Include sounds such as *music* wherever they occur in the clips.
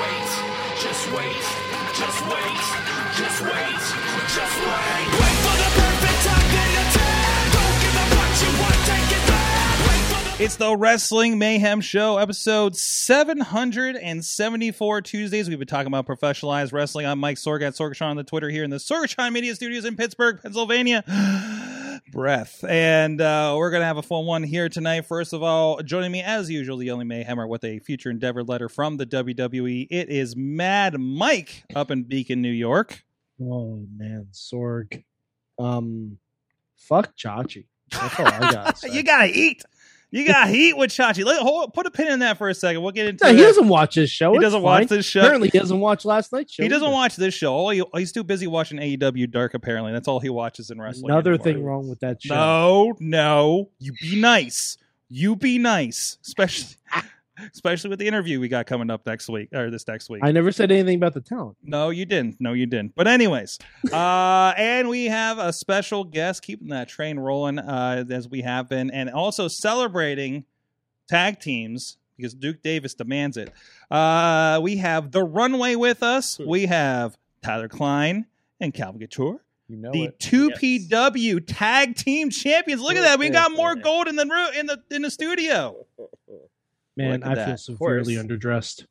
just wait, just wait, just wait, just wait. Wait for the perfect time then attack. Don't give up what you want, take it back. Wait for the It's the Wrestling Mayhem Show, episode 774 Tuesdays. We've been talking about professionalized wrestling. I'm Mike Sorg at Sorgatron on the Twitter here in the Sorgatron Media Studios in Pittsburgh, Pennsylvania. *gasps* Breath. And uh, we're going to have a fun one here tonight. First of all, joining me as usual, the only Mayhemmer with a future endeavor letter from the WWE. It is Mad Mike up in Beacon, New York. Oh man, Sorg. Um, fuck Chachi. That's *laughs* all I got. you got to eat. You got to eat with Chachi. Let, hold, put a pin in that for a second. We'll get into no, he that. doesn't watch this show. He It's doesn't watch fine. this show. Apparently, he doesn't watch last night's show. He doesn't either. watch this show. All he, he's too busy watching AEW Dark. Apparently, that's all he watches in wrestling. Another anymore. thing wrong with that show. No, no. You be nice. You be nice, especially *laughs* especially with the interview we got coming up next week or this next week. I never said anything about the talent. no, you didn't. No, you didn't. But anyways, *laughs* uh, and we have a special guest keeping that train rolling uh, as we have been, and also celebrating tag teams because Duke Davis demands it. Uh, we have the runway with us. We have Tyler Klein and Calvin Couture You know the it. two PW Tag Team Champions. Look at that. We got more gold in the room in the in the studio. Man, Look at I that. feel severely underdressed.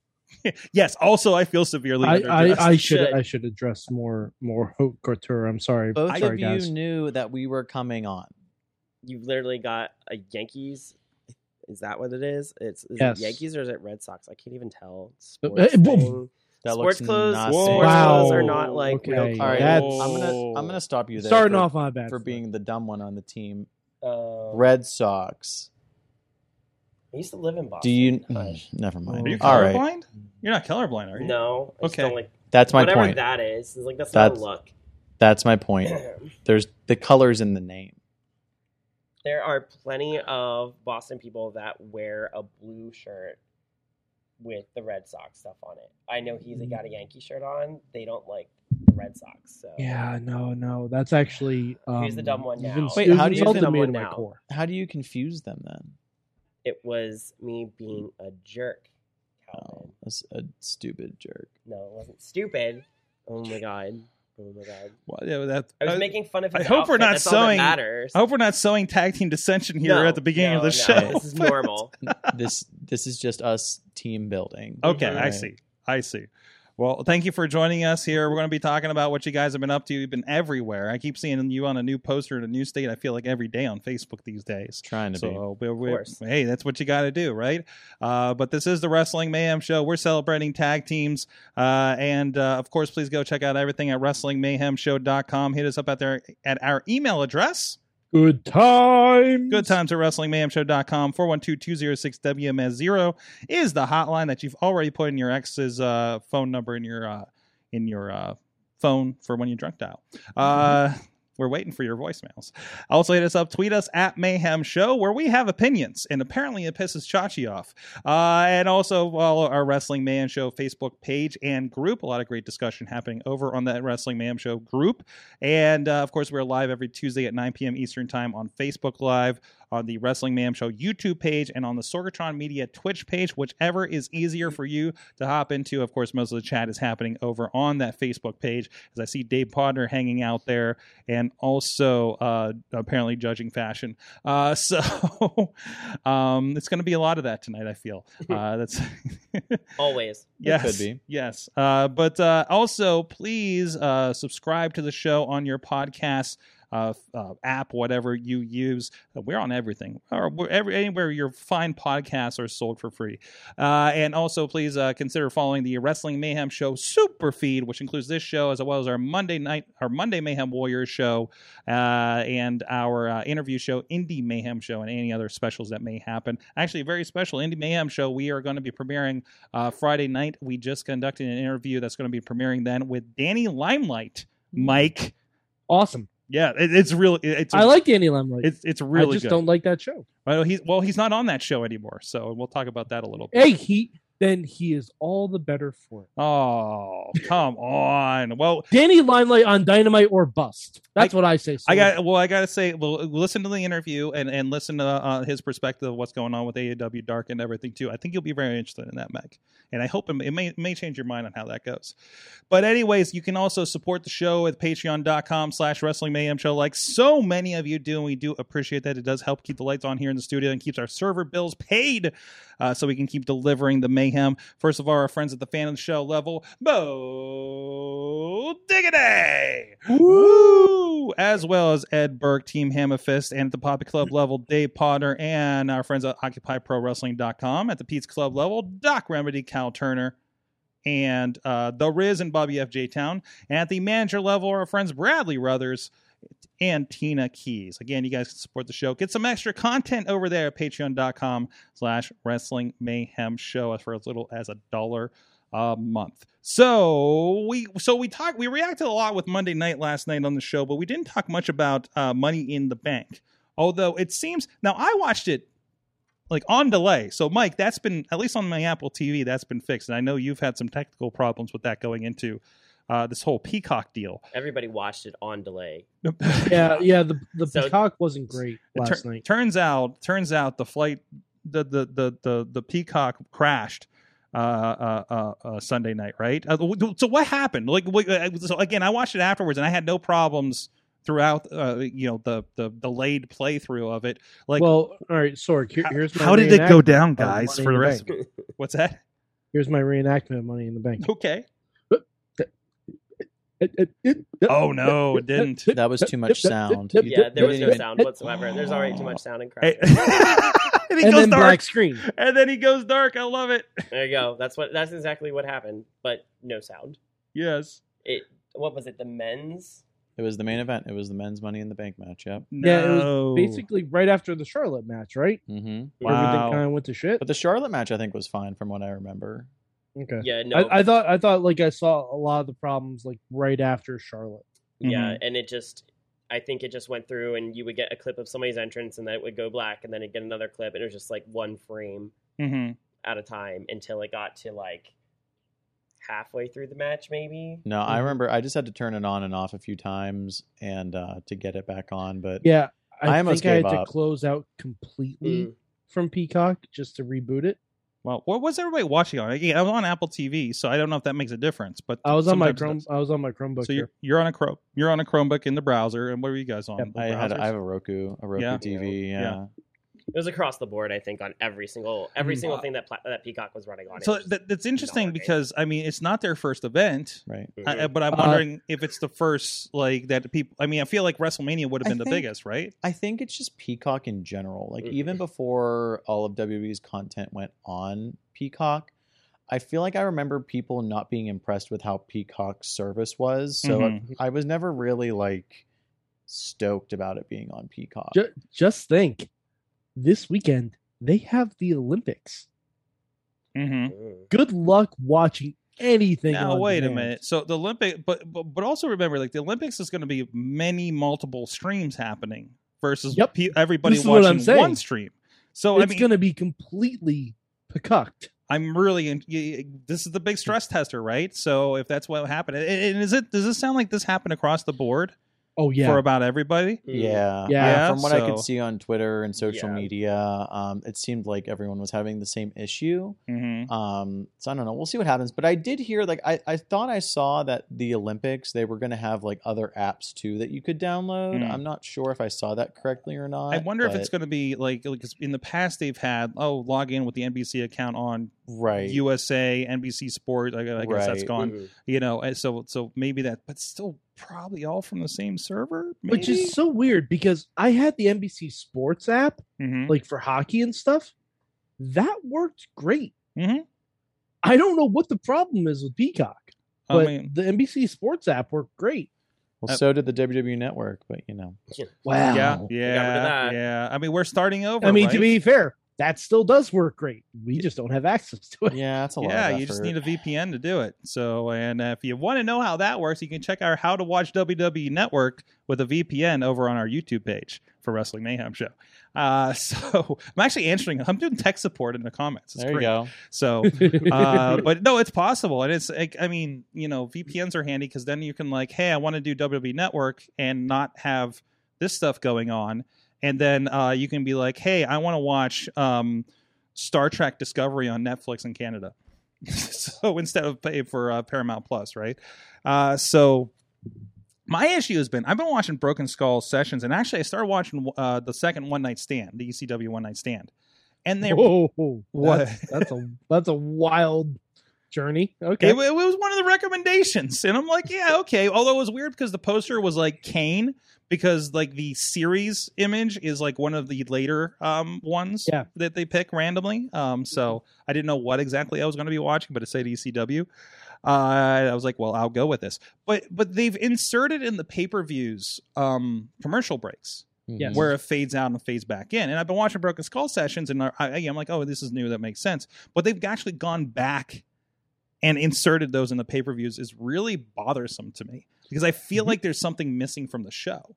Yes. Also, I feel severely I, underdressed. I, I should Shit. I should address more more Haute Couture. I'm sorry. Both sorry, of you guys. knew that we were coming on. *laughs* You literally got a Yankees. Is that what it is? It's is Yes. it Yankees or is it Red Sox? I can't even tell. Uh, Sports, eh, boom. thing. That sports looks clothes, nothing. sports Wow. clothes are not like Okay. real All clothes. right, I'm that's- gonna Oh. I'm gonna stop you there. Starting for, off my bad for foot. being the dumb one on the team. Uh, Red Sox. I used to live in Boston. Do you? Hmm. mm, Hush. Never mind. Are you All colorblind? right, You're not colorblind, are you? No. I just Okay. don't like that's my whatever point. that is. It's like that's, That's- not That's *coughs* my point. a look. There's the colors in the name. *clears throat* there are plenty of Boston people that wear a blue shirt with the Red Sox stuff on it. I know he's got Mm. a Yankee shirt on. They don't like the Red Sox. So Yeah, no, no. That's actually um, Who's the dumb one you've now? ins- Wait, you've how do you insulted think- me Dumb to one my now. core? How do you confuse them then? it was me being a jerk, Calvin. Oh, that's a stupid jerk. No, it wasn't stupid. Oh my god. Oh my god. Well, yeah, that- I was I- making fun of I his hope we're outfit. not That's all that sewing- matters. I hope we're not sowing tag team dissension here No, at the beginning no, of the no, show. *laughs* This is normal. this this is just us team building. Okay, Mhm. I see. I see. Well, thank you for joining us here. We're going to be talking about what you guys have been up to. You've been everywhere. I keep seeing you on a new poster in a new state. I feel like every day on Facebook these days. Trying to be. So we- we- course. hey, that's what you got to do, right? Uh, but this is the Wrestling Mayhem Show. We're celebrating tag teams. Uh, and uh, of course, please go check out everything at WrestlingMayhemShow.com. Hit us up out there at our email address. Good times. Good times at WrestlingMayhemShow.com. 412-206-WMS0 is the hotline that you've already put in your ex's uh, phone number in your uh, in your uh, phone for when you drunk dial. Uh, We're waiting for your voicemails. Also, hit us up, tweet us at Mayhem Show, where we have opinions, and apparently it pisses Chachi off. Uh, and also follow our Wrestling Mayhem Show Facebook page and group. A lot of great discussion happening over on that Wrestling Mayhem Show group. And uh, of course, we're live every Tuesday at 9 p.m. Eastern Time on Facebook Live, on the Wrestling Mayhem Show YouTube page, and on the Sorgatron Media Twitch page, whichever is easier for you to hop into. Of course, most of the chat is happening over on that Facebook page, as I see Dave Podner hanging out there and also uh, apparently judging fashion. Uh, *laughs* so um, it's going to be a lot of that tonight, I feel. Uh, that's. *laughs* Always. Yes. could be. Yes. Uh, but uh, also, please uh, subscribe to the show on your podcast uh, f- uh, app, whatever you use. Uh, We're on everything, or we're every, anywhere your fine podcasts are sold for free. Uh, and also, please uh, consider following the Wrestling Mayhem Show super feed, which includes this show as well as our Monday night, our Monday Mayhem Warriors show, uh, and our uh, interview show, Indie Mayhem Show, and any other specials that may happen. Actually, a very special Indie Mayhem Show. We are going to be premiering uh, Friday night. Mm. We just conducted an interview that's going to be premiering then with Danny Limelight, Mike Awesome. Yeah, it, it's really it, it's I like Danny Lemley. it's it's really I just good. don't like that show. Well, he's well, he's not on that show anymore, so we'll talk about that a little bit. Hey, he then he is all the better for it. Oh, come on. Well, Danny Limelight on Dynamite or Bust. That's what I say. I Sorg. got well, I gotta say, well, listen to the interview and and listen to uh, his perspective of what's going on with AEW Dark and everything too. I think you'll be very interested in that, Meg, and I hope it, it may it may change your mind on how that goes. But anyways, you can also support the show at patreon.com slash wrestling mayhem show, like so many of you do, and we do appreciate that. It does help keep the lights on here in the studio and keeps our server bills paid uh, so we can keep delivering the mayhem. First of all, our friends at the fan of the show level, Bo Diggity! Woo! As well as Ed Burke, Team Hammerfist, and at the Poppy Club level, Dave Potter, and our friends at OccupyProWrestling.com. At the Pete's Club level, Doc Remedy, Cal Turner, and uh, The Riz and Bobby FJ Town. And at the manager level, our friends Bradley Ruthers and Tina Keys. Again, you guys can support the show. Get some extra content over there at patreon.com slash wrestling mayhem show for as little as a dollar a month. So we so we talked we reacted a lot with Monday night last night on the show, but we didn't talk much about uh, money in the bank. Although it seems now I watched it like on delay. So Mike, that's been at least on my Apple TV, that's been fixed. And I know you've had some technical problems with that going into uh, this whole Peacock deal. *laughs* Everybody watched it on delay. yeah, yeah. The the So- peacock wasn't great It tur- last night. Turns out, turns out the flight, the the the the, the Peacock crashed uh, uh, uh, uh, Sunday night, right? Uh, w- so what happened? Like, what, uh, so again, I watched it afterwards, and I had no problems throughout. Uh, you know, the the delayed playthrough of it. Like, well, all right, Sorg. Here, how, here's my how did it go reenact- down, of guys? Money For in the the rest, of it? what's that? Here's my reenactment of Money in the Bank. Okay. Oh *laughs* Oh no, *laughs* it didn't. That was too much sound. Yeah, there was no Even- sound whatsoever. There's already too much sound and crap. Hey- *laughs* and he goes And then dark. black screen. And then he goes dark. I love it. *laughs* There you go. That's what. That's exactly what happened. But no sound. Yes. It. What was it? The men's. It was the main event. It was the men's Money in the Bank match. Yep. No. Yeah, it was Basically, right after the Charlotte match, right? hmm Wow. Everything kind of went to shit. But the Charlotte match, I think, was fine from what I remember. Okay. Yeah. No. I, I thought I thought like I saw a lot of the problems like right after Charlotte. yeah, and it just. I think it just went through, and you would get a clip of somebody's entrance, and then it would go black, and then it'd get another clip, and it was just like one frame Mm-hmm. at a time until it got to like halfway through the match, maybe. No, I Mhm. remember. I just had to turn it on and off a few times and uh, to get it back on. But Yeah, I I, almost think I gave had to up. close out completely Mm. from Peacock just to reboot it. Well, what was everybody watching on? Again, I was on Apple TV, so I don't know if that makes a difference. But I was on my Chrome. sometimes it I was on my does. Chromebook. So you're, here. you're on a Chrome, you're on a Chromebook in the browser, and what are you guys on? Yep. The um, I had browsers? I have a Roku, a Roku Yeah. TV. Yeah. Yeah. It was across the board, I think, on every single every Mhm. single thing that pla- that Peacock was running on. it so was just- that, that's interesting Dollar game. because I mean it's not their first event, Right. I- I- Mhm. but I'm Uh, wondering if it's the first like that people. I mean, I feel like WrestleMania would have I been the think- biggest, right? I think it's just Peacock in general. Like Mhm. even before all of WWE's content went on Peacock, I feel like I remember people not being impressed with how Peacock's service was. So Mhm. I, I was never really like stoked about it being on Peacock. Ju- just think, this weekend they have the Olympics. Mm-hmm. Mm. Good luck watching anything. Now on wait a demand. minute. So the Olympic, but but, but also remember, like the Olympics is going to be many multiple streams happening versus Yep. pe- everybody This is what I'm watching one saying. stream. So Oh, I it's mean, gonna be completely peacocked. I'm really in, y- y- this is the big Hmm. stress tester, right? So if that's what happened, and- and is it does this sound like this happened across the board Oh yeah, for about everybody? Yeah. Yeah. Mm, Yeah, From what I could so- see on Twitter and social Yeah. media, um, it seemed like everyone was having the same issue. Mm-hmm. Um, so I don't know. We'll see what happens. But I did hear, like, I, I thought I saw that the Olympics, they were going to have, like, other apps too that you could download. Mm. I'm not sure if I saw that correctly or not. I wonder if it's but- going to be like because in the past they've had oh log in with the NBC account on Right. USA NBC Sport. I, gu- I guess that's Right. Mm. gone. Mhm. You know, and so so maybe that, but still probably all from the same server. Maybe? which is so weird because I had the NBC Sports app. Mhm. like for hockey and stuff, that worked great. Mhm. I don't know what the problem is with Peacock, I but mean, the NBC Sports app worked great. well, uh, so did the WWE *laughs* Network, but, you know. yeah, Wow. yeah, that. yeah. I mean, we're starting over. I mean, right? to be fair, that still does work great. We just don't have access to it. Yeah, that's a lot. yeah, of you just effort. need a VPN to do it. So, and uh, if you want to know how that works, you can check our How to Watch WWE Network with a VPN over on our YouTube page for Wrestling Mayhem Show. Uh, *laughs* so, I'm actually answering. I'm doing tech support in the comments. It's There you great. go. So, *laughs* *laughs* uh, but no, it's possible, and it's like I mean, you know, VPNs are handy because then you can like, hey, I want to do WWE Network and not have this stuff going on, and then uh, you can be like, hey, I want to watch um, Star Trek Discovery on Netflix in Canada, *laughs* so instead of pay for uh, Paramount Plus, right? Uh, so. My issue has been I've been watching Broken Skull sessions, and actually I started watching uh, the second One Night Stand, the ECW One Night Stand, and they're *laughs* Whoa, What? That's, that's a that's a wild journey. Okay, It, wa- it was one of the recommendations, and I'm like, yeah, okay. Although it was weird because the poster was like Kane, because like the series image is like one of the later um, ones Yeah. that they pick randomly. Um, so I didn't know what exactly I was going to be watching, but it said ECW. Uh, I was like, well, I'll go with this. But but they've inserted in the pay per views um, commercial breaks Yes. Mm-hmm. where it fades out and fades back in. And I've been watching Broken Skull sessions, and I, I, am like, oh, this is new. That makes sense. But they've actually gone back and inserted those in the pay per views is really bothersome to me because I feel like there's something missing from the show.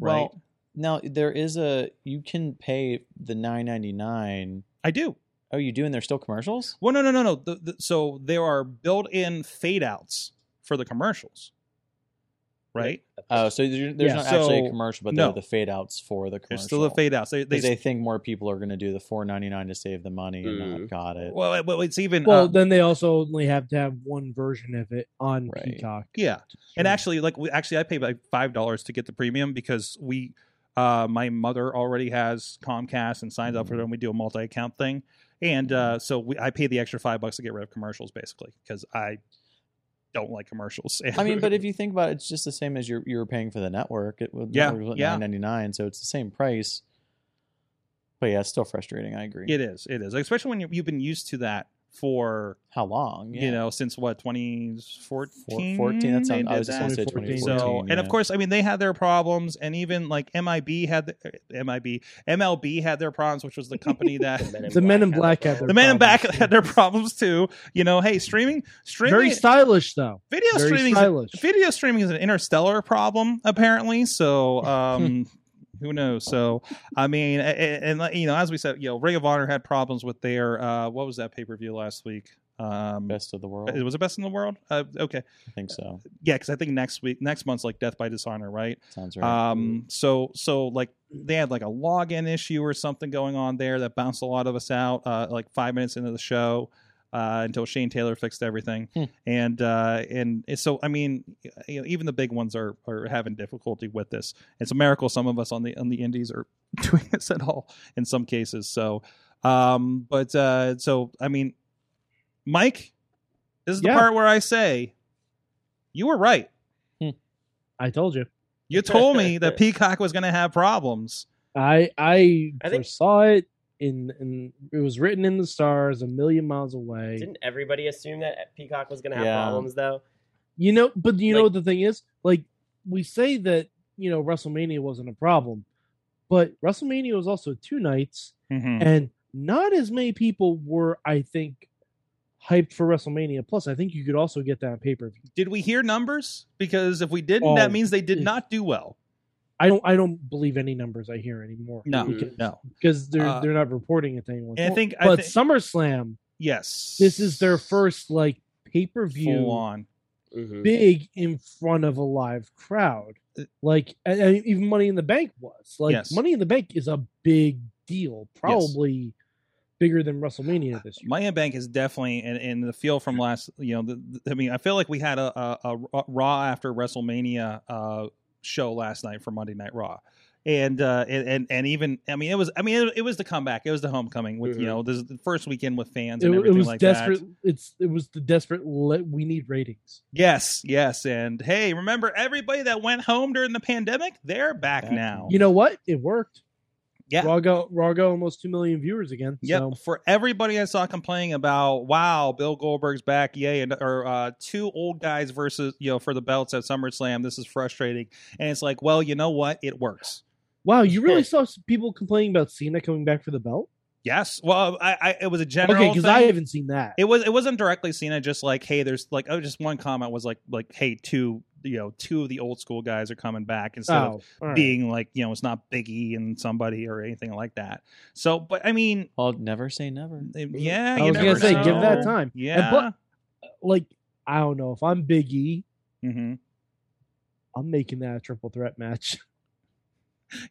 Right? Well, now there is a you can pay the nine ninety nine. I do. Oh, you do, and there's still commercials. Well, no, no, no, no. The, the, so there are built-in fade outs for the commercials, right? Oh, so there- there's Yeah. not actually So, a commercial, but no. there are the fade outs for the commercial. There's still the fade outs. They, they, 'Cause they think more people are going to do the four ninety nine to save the money, and Mm. not got it. well, it- well, it's even Well, uh, then they also only have to have one version of it on Right. Peacock. yeah. And Mm. Sure. actually, like, we, actually, I pay like five dollars to get the premium because we, uh, my mother already has Comcast and signs up Mm. for it, and we do a multi-account thing. And uh, so we, I pay the extra five bucks to get rid of commercials, basically, because I don't like commercials. *laughs* I mean, but if you think about it, it's just the same as you're you're paying for the network. It well, the Yeah, network was yeah. nine ninety nine, so it's the same price. But yeah, it's still frustrating. I agree. it is, it is, especially when you you've been used to that for How long? Yeah. you know since what 2014 Four- 14, that sounds- I was just that. gonna say 2014. 2014. so and of yeah. course i mean they had their problems and even like mib had the, mib mlb had their problems which was the *laughs* company that The Men in Black had had their the their man in back problems, had their problems too you know hey streaming streaming Very stylish though. video Very streaming stylish. video streaming is an interstellar problem apparently so um who knows so i mean a- a- and, like, you know as we said you know ring of honor had problems with their uh what was that pay-per-view last week um best of the world. was it best in the world uh, okay I think so. *laughs* yeah because i think next week next month's like death by dishonor right Sounds right. um so so like they had like a login issue or something going on there that bounced a lot of us out uh like five minutes into the show uh until shane taylor fixed everything Hmm. and uh and and so i mean you know, even the big ones are are having difficulty with this it's a miracle some of us on the on the indies are *laughs* doing this at all in some cases so um but uh so i mean mike this is the Yeah. part where i say you were right I told you. you told me *laughs* that Peacock was going to have problems. I I, I think- foresaw it in in it was written in the stars a million miles away. Didn't everybody assume that Peacock was going to have Yeah. problems though? You know, but you know Like- what the thing is? Like we say that, you know, WrestleMania wasn't a problem, but WrestleMania was also two nights Hmm. and not as many people were, I think, hyped for WrestleMania. Plus, I think you could also get that on pay-per-view. Did we hear numbers? Because if we didn't, Oh. that means they did Mm. not do well. I don't I don't believe any numbers I hear anymore. No, Mhm. no. Because they're Uh, they're not reporting it to anyone. And I think, I but thi- SummerSlam, yes, this is their first like full pay-per-view on. Mhm. big in front of a live crowd. Uh, Like and, and even Money in the Bank was. Like Yes. Money in the Bank is a big deal, probably bigger than WrestleMania this year. Ah, Money in the Bank is definitely and, and the feel from last. You know, the, the- I mean, I feel like we had a, a, a Raw after WrestleMania uh, show last night for Monday Night Raw. And, uh, and and and even I mean it was I mean it, it was the comeback it was the homecoming with you Mhm. know this the first weekend with fans Mm-hmm. It, and it everything was like that desperate. It's it was the desperate. Le- we need ratings. Yes, yes, and hey, remember everybody that went home during the pandemic? They're back Back. now. You know what? It worked. Oh Yeah. Raw go, Raw go almost two million viewers again. Yep. So For everybody I saw complaining about, wow, Bill Goldberg's back, yay, and or uh, two old guys versus you know for the belts at SummerSlam. This is frustrating, and it's like, well, you know what? It works. wow, you really saw some people complaining about Cena coming back for the belt? Yes. Well, I, I it was a general. Okay, because thing. I haven't seen that. It was it wasn't directly seen as just like hey, there's like oh, just one comment was like like hey, two you know two of the old school guys are coming back instead of Oh, all right. being like you know it's not Biggie and somebody or anything like that. So, but I mean, eh, I'll never say never. yeah, Mm-hmm. I you was gonna never say, know. give that time. Yeah. And Like, I don't know if I'm Big E, hmm I'm making that a triple *laughs* threat match.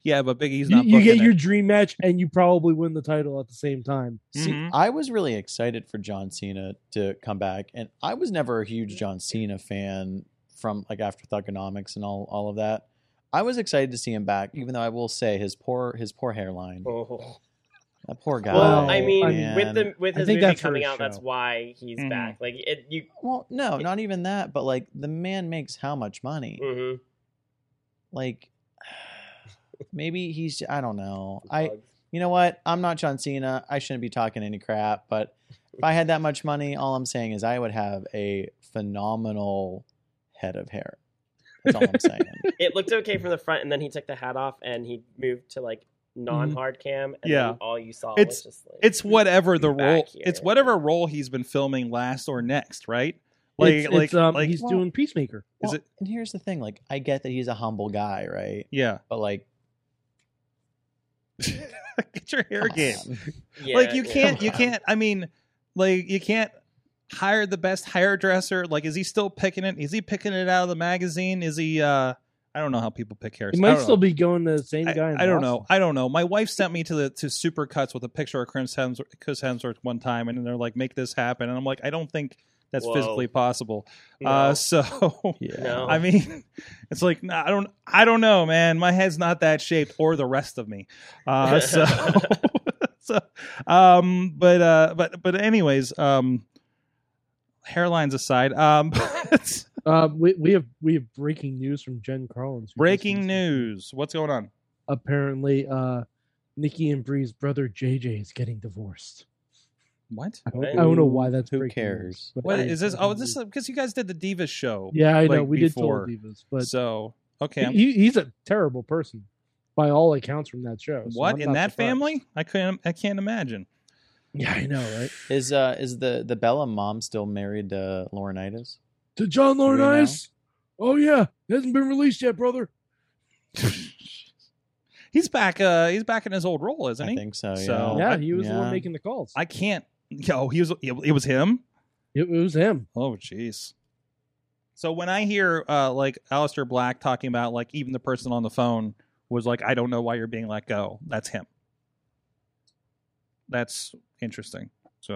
Yeah, but Biggie's You, not. you get booking your it. dream match, and you probably win the title at the same time. See, Mhm. Mm-hmm. I was really excited for John Cena to come back, and I was never a huge John Cena fan from like after Thugonomics and all all of that. I was excited to see him back, even though I will say his poor his poor hairline. Oh. That poor guy. Well, I mean, man. with the with I his think movie that's her coming out, that's show. why he's Mhm. back. Like it, you. well, no, not even that, but like the man makes how much money? mhm. Like *sighs* maybe he's I don't know. I *laughs* you know what? I'm not John Cena. I shouldn't be talking any crap, but if I had that much money, all I'm saying is I would have a phenomenal head of hair. That's all I'm *laughs* saying. it looked okay from the front, and then he took the hat off and he moved to like non-hard cam, and Mm-hmm. Yeah. then all you saw It's- was just like It's *laughs* whatever the back role. here. It's whatever role he's been filming last or next, right? Like, Like, it's, like, it's, um, like, he's Well- doing Peacemaker. Is Well, it- And here's the thing, like I get that he's a humble guy, right? yeah. *laughs* But like Get your hair come game. *laughs* on. Yeah, e-, like you yeah. can't, *laughs* you can't. I mean, like you can't hire the best hairdresser. Like, is he still picking it? Is he picking it out of the magazine? Is he? uh I don't know how people pick hairs. I He might don't still know. be going to the same I, guy. in I don't know. Boston. I don't know. My wife sent me to the to Supercuts with a picture of Chris Hemsworth, Chris Hemsworth one time, and they're like, "Make this happen," and I'm like, "I don't think that's Whoa. physically possible." No. Uh, *laughs* so Yeah. No. I mean, it's like nah, I don't, I don't know, man. My head's not that shaped, or the rest of me. Uh, *laughs* so, *laughs* so, um, but, uh, but, but, anyways, um, hairlines aside, um, *laughs* Um, we, we have we have breaking news from Jen Carlins. who just breaking *laughs* recently- news. What's going on? Apparently, uh, Nikki and Bree's brother JJ is getting divorced. What? I don't, Right. I don't know why that's Who breaking cares? news, but What it is this? breaking Oh, this news. because you guys did the Divas show. yeah, I know like, we before. did Total Divas, but so okay, I'm- he, he's a terrible person by all accounts from that show. so what I'm in not that surprised. family? I couldn't. I can't imagine. Yeah, I know, right? *laughs* Is uh is the the Bella mom still married to Laurinaitis? To John we know? Laurinaitis. Oh yeah, it hasn't been released yet, brother. He's back. Uh, he's back in his old role, isn't I he? think so. So- Oh, yeah, yeah. he was the yeah. one making the calls. I can't. Yo, he was. It was him. it, it was him. Oh, jeez. So when I hear uh, like Alistair Black talking about like even the person on the phone was like, I don't know why you're being let go. That's him. That's interesting. So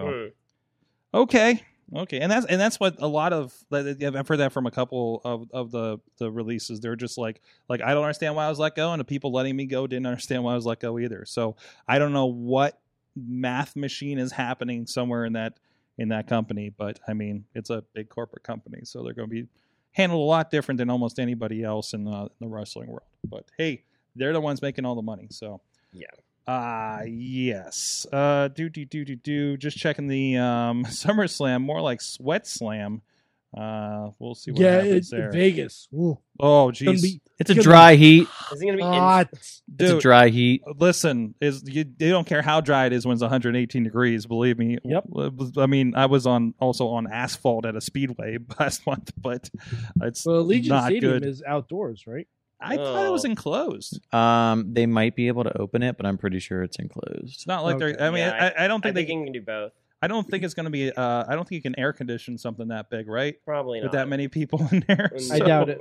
Hmm. okay, okay, and that's and that's what a lot of that- that- I've heard that from a couple of of the the releases. They're just like like I don't understand why I was let go, and the people letting me go didn't understand why I was let go either. So I don't know what math machine is happening somewhere in that in that company, but I mean it's a big corporate company, so they're going to be handled a lot different than almost anybody else in the, the wrestling world. But hey, they're the ones making all the money, so Yeah. Uh yes. Uh do do do do do just checking the um *laughs* SummerSlam, more like Sweat Slam. Uh we'll see what Yeah, happens it- there. Vegas. Ooh, oh it's gonna jeez. be It's a Good dry heat. Is he gonna be? in- hot. It's a Dude, dry heat. listen is you they don't care how dry it is when it's 118 degrees believe me Uh, Yep. i mean i was on also on asphalt at a speedway *laughs* last month but it's Well, Legion not Stadium good is outdoors, right? i thought it was Oh. enclosed Um, they might be able to open it, but I'm pretty sure it's enclosed. it's not like Okay. they're i mean Yeah, I, I don't I think they think he can do both. i don't think it's going to be uh i don't think you can air condition something that big right Probably not. with *laughs* that many people *laughs* in there I doubt it.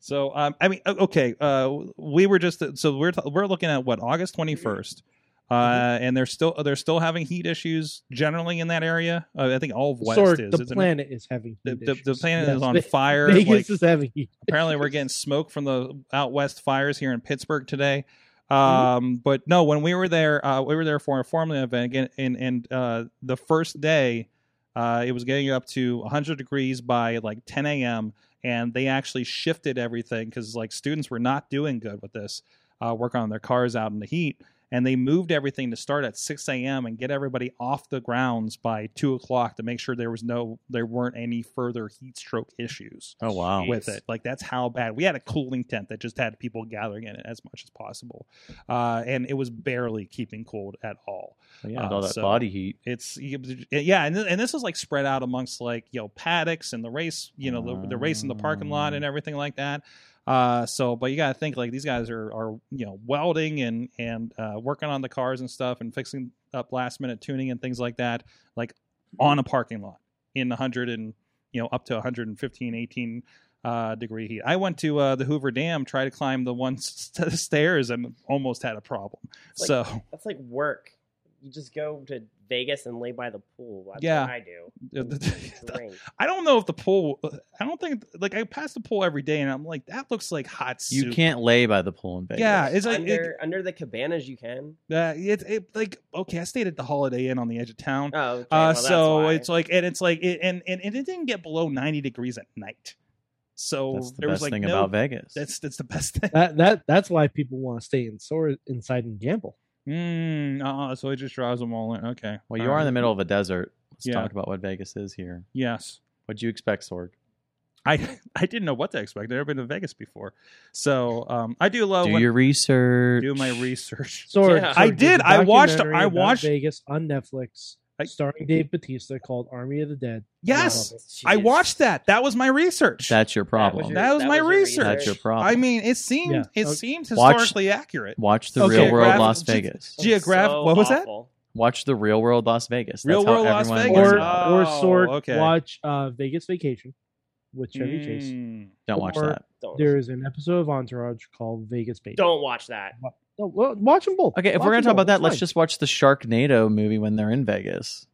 So um, I mean, o- okay, uh, we were just so we're t- we're looking at what August Mm-hmm. twenty first, uh, and they're still they're still having heat issues generally in that area. Uh, I think all of West Sorry, is the isn't it? planet is having The, heat the, the issues. planet is Yes, *laughs* on Ve- fire. Vegas like, is having heat. apparently, we're getting smoke from the out west fires here in Pittsburgh today. Um, but no, when we were there, uh, we were there for a formula event again, and and uh, the first day, uh, it was getting up to 100 degrees by like 10 a.m. And they actually shifted everything because like students were not doing good with this, uh, working on their cars out in the heat. and they moved everything to start at 6 a.m. and get everybody off the grounds by two o'clock to make sure there was no, there weren't any further heat stroke issues Oh wow. Jeez. with it. Like that's how bad. We had a cooling tent that just had people gathering in it as much as possible, uh, and it was barely keeping cold at all. Yeah, Uh, with all that so- body heat. It's eh, yeah, and th- and this was like spread out amongst like you know paddocks and the race, you know the, the race in the parking lot Um. and everything like that. Uh, so, but you got to think like these guys are are you know welding and and uh, working on the cars and stuff and fixing up last minute tuning and things like that, like on a parking lot in the hundred and you know up to 115, 18 uh, degree heat. I went to uh, the Hoover Dam, try to climb the one *laughs* st- stairs and almost had a problem. It's like- so *laughs* *laughs* That's like work. You just go to Vegas and lay by the pool. That's Yeah. what I *laughs* do. Drink. I don't know if the pool. I don't think like I pass the pool every day, and I'm like, that looks like hot soup. You can't lay by the pool in Vegas. Yeah, it's like under under the cabanas you can. it, uh, it, it like okay. I stayed at the Holiday Inn on the edge of town, Oh, okay, uh, well, that's so why. it's like and it's like it, and, and and it didn't get below 90 degrees at night. So that's the there was best like thing no, about Vegas. That's that's the best *laughs* thing. That that that's why people want to stay in sore inside and gamble. Mm, uh, so it just drives them all in. Okay. Um, well, you are in the middle of a desert. Let's Yeah. talk about what Vegas is here. Yes. What'd you expect, Sorg? I *laughs* I didn't know what to expect. I've never been to Vegas before, so um, I do love do when your Oh, research. do my *laughs* research. Sorry, Yeah. I did. I watched- I watched- Vegas on Netflix, I- starring Dave Batista, called Army of the Dead. Yes, Jeez. I watched that. That was my research. That's your problem. your- That was my your research. That's your problem. I mean, it seemed Uh-huh. Yeah. it Okay. seemed Watch- historically accurate. Watch the Okay, real world graphic- Las just- Vegas. It's Geograph- what was that? awful. Watch the real world Las Vegas. That's Real how world Las everyone Vegas. learns Or about it. Oh, or Sorg okay. watch uh, Vegas Vacation with Chevy Chase. Mm. Don't watch or- that. Don't, There is an episode of Entourage called Vegas Bait. don't watch that. No, well, watch them both. Okay, if Watch we're gonna them talk both. about that, It's let's fine. just watch the Sharknado movie when they're in Vegas.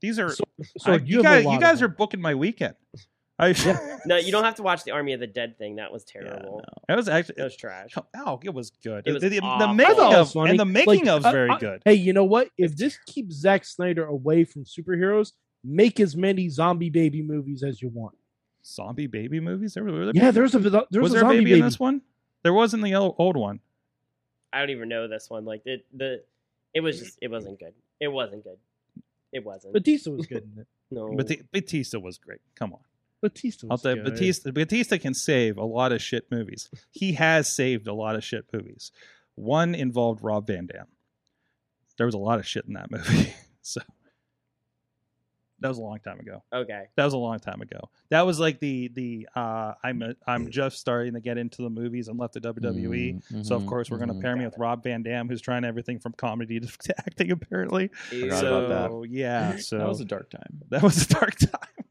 These are So- I- Sorg, you, have a guys. lot You of guys are them. booking my weekend. I, *laughs* No, you don't have to watch the Army of the Dead thing. That was Yeah, terrible. no. That was actually. That was trash. Oh, it was good. It was the, the- the awful. I making thought it was of funny. and the making Like, uh, of's I- very I- good. Hey, you know what? If this keeps Zack Snyder away from superheroes, make as many zombie baby movies as you want. Zombie baby movies. There, were- Yeah, there's a there's was a there a zombie baby, baby, in this one? There was in the old, old one. I don't even know this one. Like it, the, it was just, it wasn't good. It wasn't good. It wasn't. Batista was good in it. no, Bati- Batista was great. Come on. Batista I'll was tell you, good. Batista Batista can save a lot of shit movies. He has saved a lot of shit movies. One involved Rob Van Dam. There was a lot of shit in that movie. *laughs* So that was a long time ago. okay. That was a long time ago. That was like the the uh, I'm a, I'm just starting to get into the movies and left the WWE. Mm, E. So of mhm, course we're going to mhm. pair me Got with it. Rob Van Dam, who's trying everything from comedy to *laughs* acting apparently. Forgot so about that. *laughs* yeah, so That was a dark time. *laughs* that was a dark time.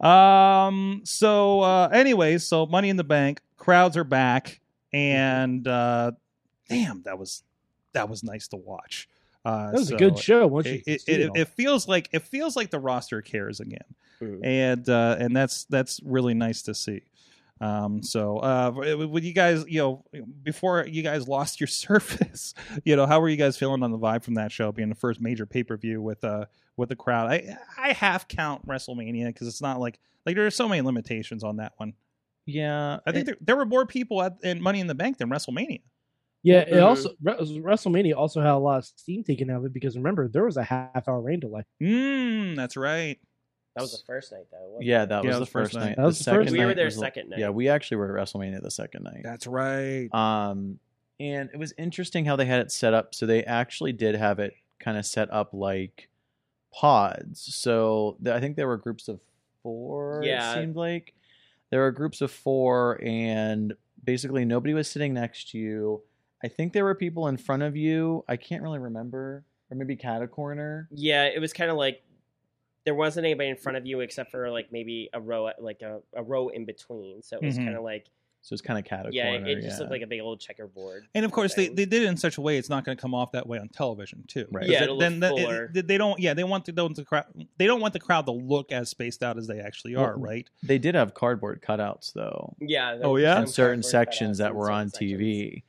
*laughs* um. So, uh, anyways, so Money in the Bank crowds are back, and uh, damn, that was that was nice to watch. Uh, That was so a good show. Once you It, it, it, it feels like it feels like the roster cares again, Mhm. and uh, and that's that's really nice to see. Um, so uh, would you guys, you know, before you guys lost your *laughs* surface, you know, how were you guys feeling on the vibe from that show being the first major pay per view with uh with the crowd? I I half count WrestleMania because it's not like like there are so many limitations on that one. Yeah, I think there, there were more people at in Money in the Bank than WrestleMania. yeah, it Mhm. also Re- WrestleMania also had a lot of steam taken out of it because remember there was a half hour rain delay. Mm, that's right. That was the first night though. wasn't yeah, it? that was the first night. That was the second first we were night there was- second night. Yeah, we actually were at WrestleMania the second night. That's right. Um, and it was interesting how they had it set up. So they actually did have it kind of set up like pods. So th- I think there were groups of four. Yeah. It seemed like there were groups of four, and basically nobody was sitting next to you. I think there were people in front of you. I can't really remember, or maybe cat a corner. Yeah, it was kind of like there wasn't anybody in front of you except for like maybe a row, like a, a row in between. So it was Mhm. kind of like So it's kind of cat a yeah, Mm-hmm. corner. it just yeah. looked like a big old checkerboard. And of course, they, thing. they did it in such a way it's not going to come off that way on television too. Right. Because Yeah, it- it'll then look the- it- fuller. they- they don't. Yeah, they want the, they want the crowd. They don't want the crowd to look as spaced out as they actually are. Well, Right. They did have cardboard cutouts though. Yeah. there Oh, were yeah? some in certain cardboard cutouts sections that in were certain on sections. TV,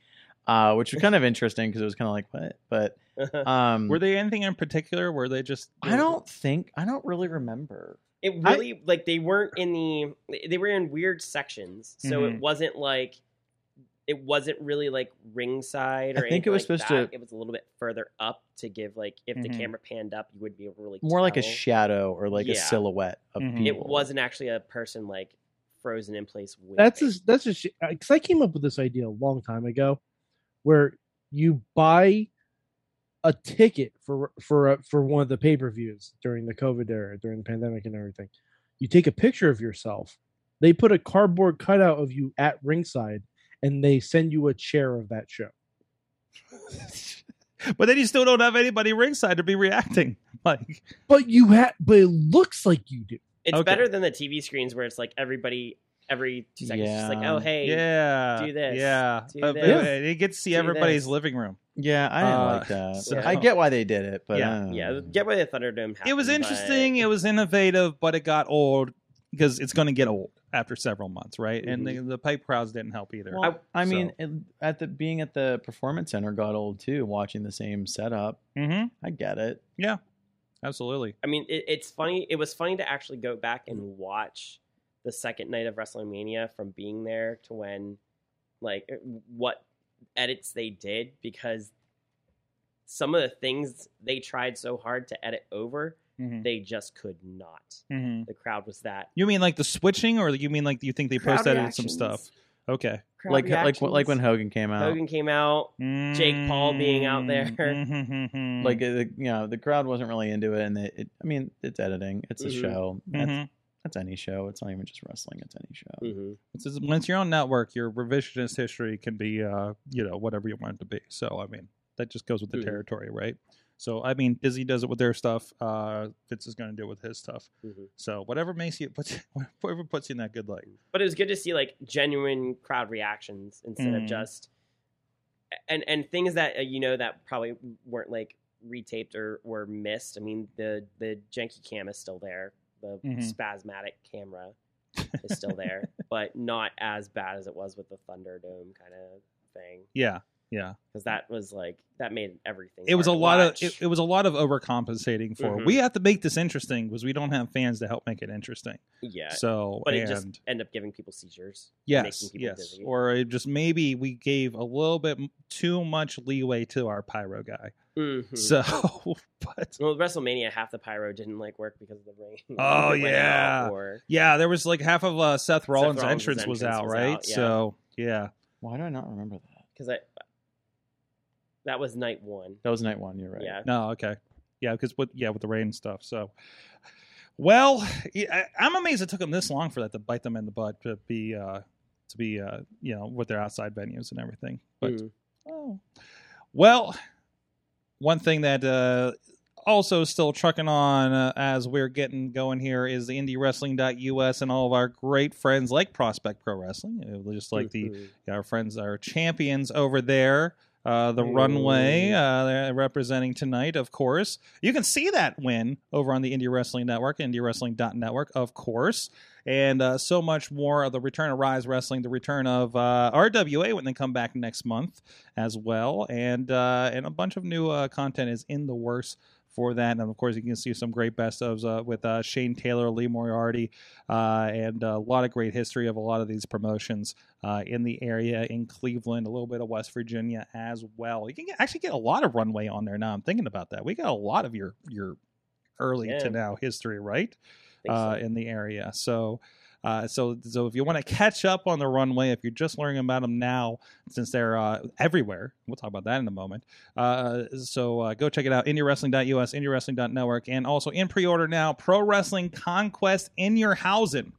uh, which was kind of interesting because it was kind of like what, but *laughs* um, Were they anything in particular? Were they just? I don't think I don't really remember. it really Mm-hmm. like they weren't in the they were in weird sections so it wasn't like it wasn't really like ringside or I think it anything was like supposed that. to- Mm-hmm. it was a little bit further up to give like if Mhm. the camera panned up you would be able to really more like a tell. shadow or like a Yeah. silhouette of Mhm. It people. it wasn't actually a person like frozen in place with That's a, that's a because I came up with this idea a long time ago, where you buy a ticket for for a, for one of the pay per views during the COVID era, during the pandemic and everything. You take a picture of yourself. They put a cardboard cutout of you at ringside, and they send you a chair of that show. *laughs* but then you still don't have anybody ringside to be reacting. *laughs* Like, But you have, but it looks like you do. it's okay. better than the tv screens where it's like everybody every two seconds it's just like Yeah. oh hey yeah, do this, yeah. Uh, do but, but this, you get to see do everybody's this. living room. Yeah, I didn't Uh, like that. so- I get why they did it, but um, Yeah, I don't yeah know. get where the thunderdome happened, It was but- interesting. It was innovative, but it got old because it's going to get old after several months, right? And Mm-hmm. the, the pipe crowds didn't help either. Well, I, so- mean, it, at the being at the performance center got old too. Watching the same setup, mm-hmm. I get it. Absolutely. I mean, it, it's funny. It was funny to actually go back Mm-hmm. and watch the second night of WrestleMania from being there to when, like, er, what edits they did because some of the things they tried so hard to edit over, Mm-hmm. they just could not. hmm The crowd was that. You mean like the switching, or you mean like you think they Crowd post edited some reactions. stuff? Okay. Crowd like like reactions. like when Hogan came out, Hogan came out. Jake Paul being out there. Mhm. like mm-hmm. uh, you know the crowd wasn't really into it, and it, it I mean it's editing, it's a Mhm. show. That's, Mhm. that's any show. It's not even just wrestling. It's any show. Mhm. It's just- when it's your own network, your revisionist history can be, uh, you know, whatever you want it to be. So, I mean, that just goes with the Mhm. territory, right? So, I mean, Disney does it with their stuff. Uh, Vince is going to do it with his stuff. Mhm. So, whatever makes you, puts, *laughs* whatever puts you in that good light. But it was good to see like genuine crowd reactions instead Mhm. of just and and things that uh, you know that probably weren't like retaped or were missed. I mean, the the janky cam is still there. The Mhm. spasmatic camera is still *laughs* there, but not as bad as it was with the Thunderdome kind of thing. Yeah, yeah. Because that was like that made everything. It was a hard to lot watch. of it, it was a lot of overcompensating for. Mhm. We have to make this interesting because we don't have fans to help make it interesting. yeah. So, but and, it just ended up giving people seizures. yes, people yes, dizzy. or it just maybe we gave a little bit m- too much leeway to our pyro guy. Mhm. So, *laughs* but well, WrestleMania, half the pyro didn't like work because of the rain. *laughs* Oh, It went yeah. out, or Yeah, there was like half of uh, Seth Rollins', Rollins' entrance, was entrance out, was right? out, yeah. So yeah, Why do I not remember that? because I that was night one. That was night one. You're right. Yeah, no, okay, yeah, because with yeah with the rain and stuff. So, well, yeah, I, I'm amazed it took them this long for that to bite them in the butt to be uh to be uh you know with their outside venues and everything. But Mm. oh, well, one thing that uh also still trucking on uh, as we're getting going here is the indiewrestling.us and all of our great friends like Prospect Pro Wrestling, uh, just like the Mhm. our friends, our champions over there. Uh, the runway uh, they're representing tonight, of course. You can see that win over on the Indie Wrestling Network, IndieWrestling.network, of course. And uh, so much more of the return of Rise Wrestling, the return of uh, RWA when they come back next month as well. And, uh, and a bunch of new uh, content is in the works for that. And of course, you can see some great best ofs uh, with uh, Shane Taylor, Lee Moriarty, uh, and a lot of great history of a lot of these promotions uh, in the area in Cleveland, a little bit of West Virginia as well. You can get, actually get a lot of runway on there now. I'm thinking about that. We got a lot of your your early Yeah. to now history, right? Think so. Uh, in the area. So. Uh, so, so if you want to catch up on the runway, if you're just learning about them now, since they're uh, everywhere, we'll talk about that in a moment. Uh, so uh, go check it out, indiewrestling.us, indiewrestling.network, and also in pre-order now, Pro Wrestling Conquest in Your Housing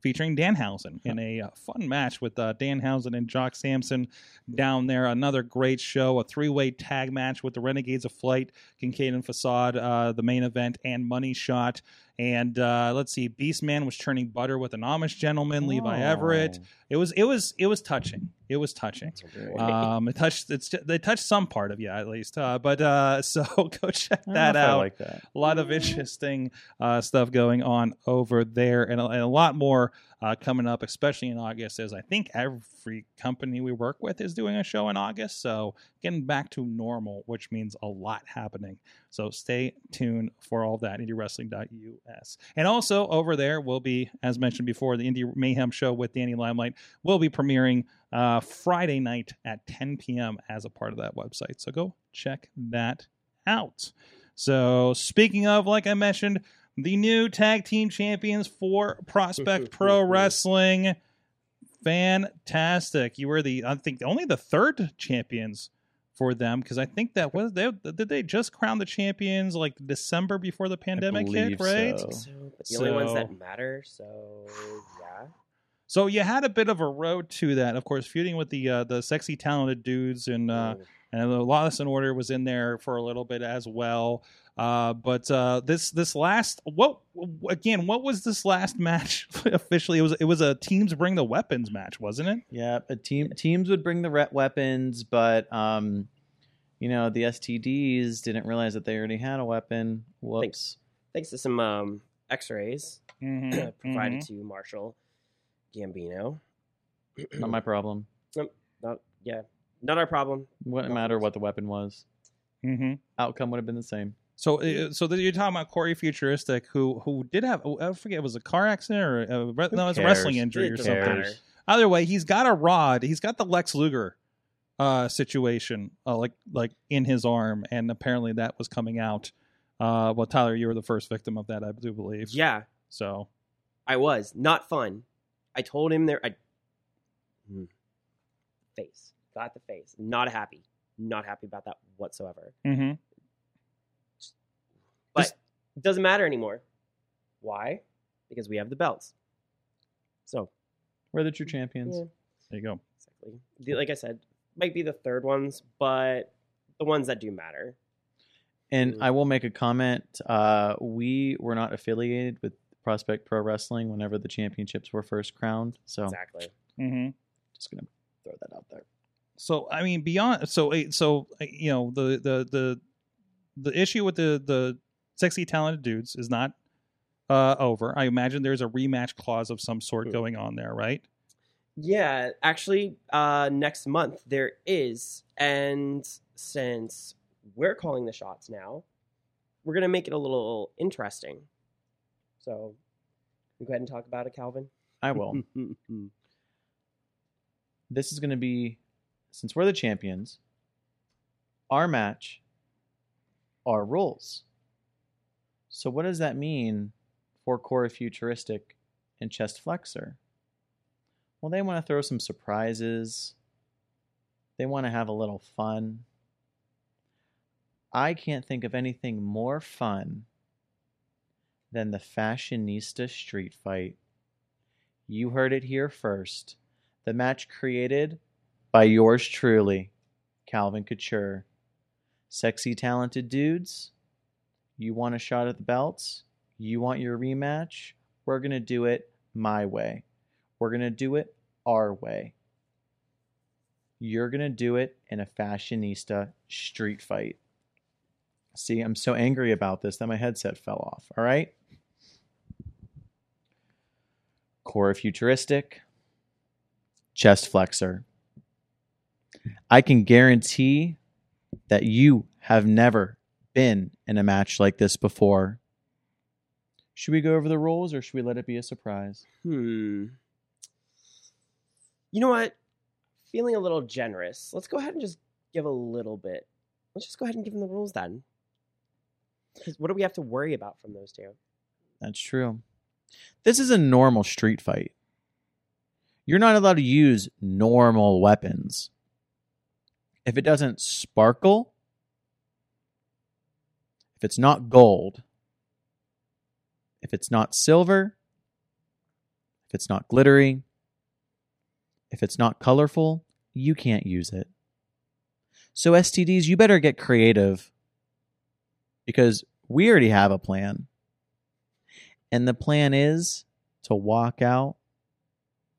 featuring Danhausen in a uh, fun match with uh, Danhausen and Jock Sampson down there. Another great show, a three-way tag match with the Renegades of Flight, Kincaid and Facade, uh, the main event, and Money Shot. And uh, let's see, Beastman was churning butter with an Amish gentleman, Levi Oh. Everett. It was it was it was touching. It was touching. *laughs* Um, it touched it's they touched some part of you at least. Uh, but uh, *laughs* so go check I don't know that if I out like that. a lot of interesting uh, stuff going on over there and a, and a lot more uh, coming up especially in august as i think every company we work with is doing a show in august so getting back to normal which means a lot happening so stay tuned for all that indiewrestling.us and also over there will be as mentioned before the indie mayhem show with danny limelight will be premiering uh, Friday night at 10 p.m. as a part of that website. So go check that out. So, speaking of, like I mentioned, the new tag team champions for *laughs* Prospect Pro Wrestling. Fantastic. You were the, I think, only the third champions for them because I think that was, they, did they just crown the champions like December before the pandemic hit, believe right? so. So, but the only ones So- that matter. So *sighs* yeah, So you had a bit of a road to that, of course, feuding with the uh, the sexy talented dudes and uh, Mm. and the Lawless and Order was in there for a little bit as well. Uh, but uh, this this last what again? What was this last match *laughs* officially? It was it was a teams bring the weapons match, wasn't it? Yeah, a team teams would bring the re- weapons, but um, you know the STDs didn't realize that they already had a weapon. Whoops. thanks to some um, *clears throat* X-rays Mm-hmm. uh, *clears throat* provided Provided. to Marshall Gambino. *clears throat* Not my problem. Not yeah, not our problem. Wouldn't matter what the weapon was. hmm Outcome would have been the same. So, uh, so that you're talking about Corey Futuristic, who who did have oh, I forget it was a car accident or a, uh, re- no, it was a wrestling cares? injury It or doesn't something. matter. Cares. Either way, he's got a rod. He's got the Lex Luger uh, situation, uh, like like in his arm, and apparently that was coming out. Uh, well, Tyler, you were the first victim of that, I do believe. Yeah, So I was not fun. I told him there. I Hmm. face got the face. Not happy. Not happy about that whatsoever. mhm. But Just- it doesn't matter anymore. Why? Because we have the belts. So We're the true champions. Mm, yeah, there you go. exactly. The- Like I said, might be the third ones, but the ones that do matter. And Mhm. I will make a comment. Uh, we were not affiliated with Prospect Pro Wrestling whenever the championships were first crowned. So Exactly. Mm-hmm. just gonna throw that out there. So I mean, beyond so uh, so uh, you know the the the the issue with the the sexy talented dudes is not uh over. I imagine there's a rematch clause of some sort Hmm. going on there, right? Yeah, actually, uh, next month there is, and since we're calling the shots now, we're gonna make it a little interesting. So, you go ahead and talk about it, Calvin. I will. *laughs* this is gonna be since we're the champions, our match, our rules. So what does that mean for Core Futuristic and Chest Flexor? Well, they want to throw some surprises. They want to have a little fun. I can't think of anything more fun than the fashionista street fight. You heard it here first. The match created by yours truly, Calvin Couture. Sexy, talented dudes. You want a shot at the belts? You want your rematch? We're going to do it my way. We're going to do it our way. You're going to do it in a fashionista street fight. See, I'm so angry about this that my headset fell off. All right. Core futuristic, chest flexor. I can guarantee that you have never been in a match like this before. Should we go over the rules or should we let it be a surprise? Hmm. You know what? Feeling a little generous. Let's go ahead and just give a little bit. Let's just go ahead and give them the rules then. 'Cause what do we have to worry about from those two? That's true. This is a normal street fight. You're not allowed to use normal weapons. If it doesn't sparkle, if it's not gold, if it's not silver, if it's not glittery, if it's not colorful, you can't use it. So, STDs, you better get creative because we already have a plan. And the plan is to walk out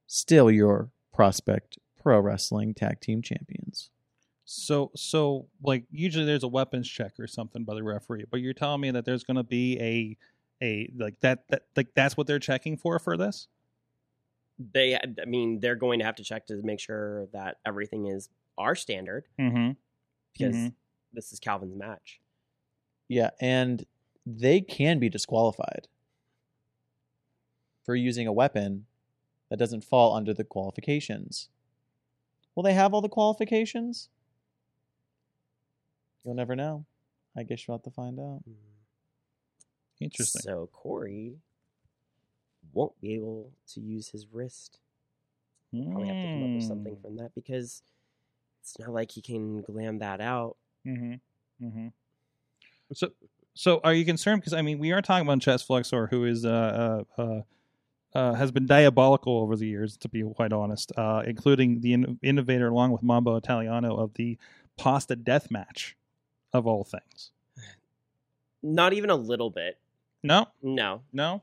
still your prospect pro wrestling tag team champions. So so like usually there's a weapons check or something by the referee, but you're telling me that there's going to be a a like that, that like that's what they're checking for for this? they i mean they're going to have to check to make sure that everything is our standard Mhm. because Mhm. this is calvin's match Yeah, and they can be disqualified for using a weapon that doesn't fall under the qualifications. Will they have all the qualifications? You'll never know. I guess you'll have to find out. Interesting. So Corey won't be able to use his wrist. Probably have to come up with Mm. something from that because it's not like he can glam that out. Mm-hmm. Mm-hmm. So, so are you concerned? Because I mean, we are talking about Chess Flexor, who is uh, uh, uh, uh, has been diabolical over the years, to be quite honest, uh, including the in- innovator, along with Mambo Italiano, of the pasta death match, of all things. Not even a little bit. No, No. no.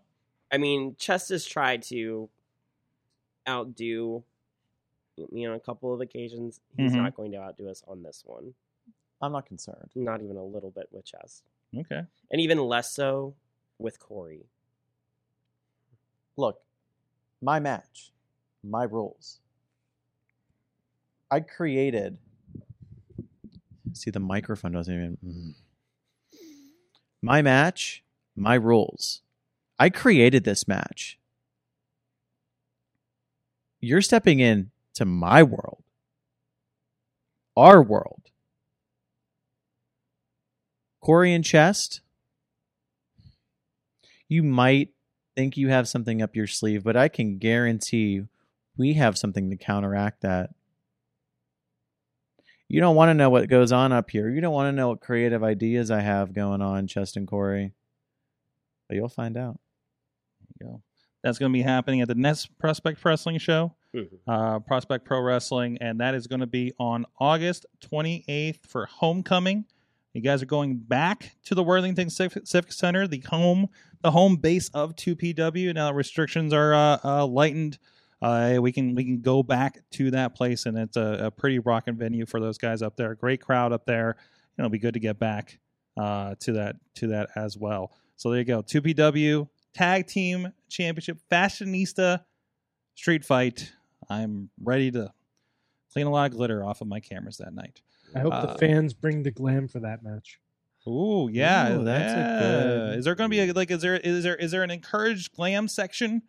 I mean, Chess has tried to outdo me on a couple of occasions. He's Mhm. not going to outdo us on this one. I'm not concerned. Not even a little bit with Chess. Okay. And even less so with Corey. Look, my match, my rules. I created. See, the microphone doesn't even. Mm. My match, my rules. I created this match. You're stepping in to my world, our world. Corey and Chest, you might think you have something up your sleeve, but I can guarantee you we have something to counteract that. You don't want to know what goes on up here. You don't want to know what creative ideas I have going on, Chest and Corey. But you'll find out. There you go. That's going to be happening at the next Prospect Wrestling Show, Mhm. uh, Prospect Pro Wrestling, and that is going to be on August 28th for Homecoming. You guys are going back to the Worthington Civic Civic Center, the home, the home base of 2PW. Now that restrictions are uh, uh, lightened. Uh, we can we can go back to that place, and it's a, a pretty rocking venue for those guys up there. Great crowd up there. You know, it'll be good to get back uh, to that to that as well. So there you go. 2PW Tag Team Championship Fashionista Street Fight. I'm ready to clean a lot of glitter off of my cameras that night. I hope Uh, the fans bring the glam for that match. Ooh, yeah, Ooh, that's a yeah. good- Is there going to be a, like is there is there is there an encouraged glam section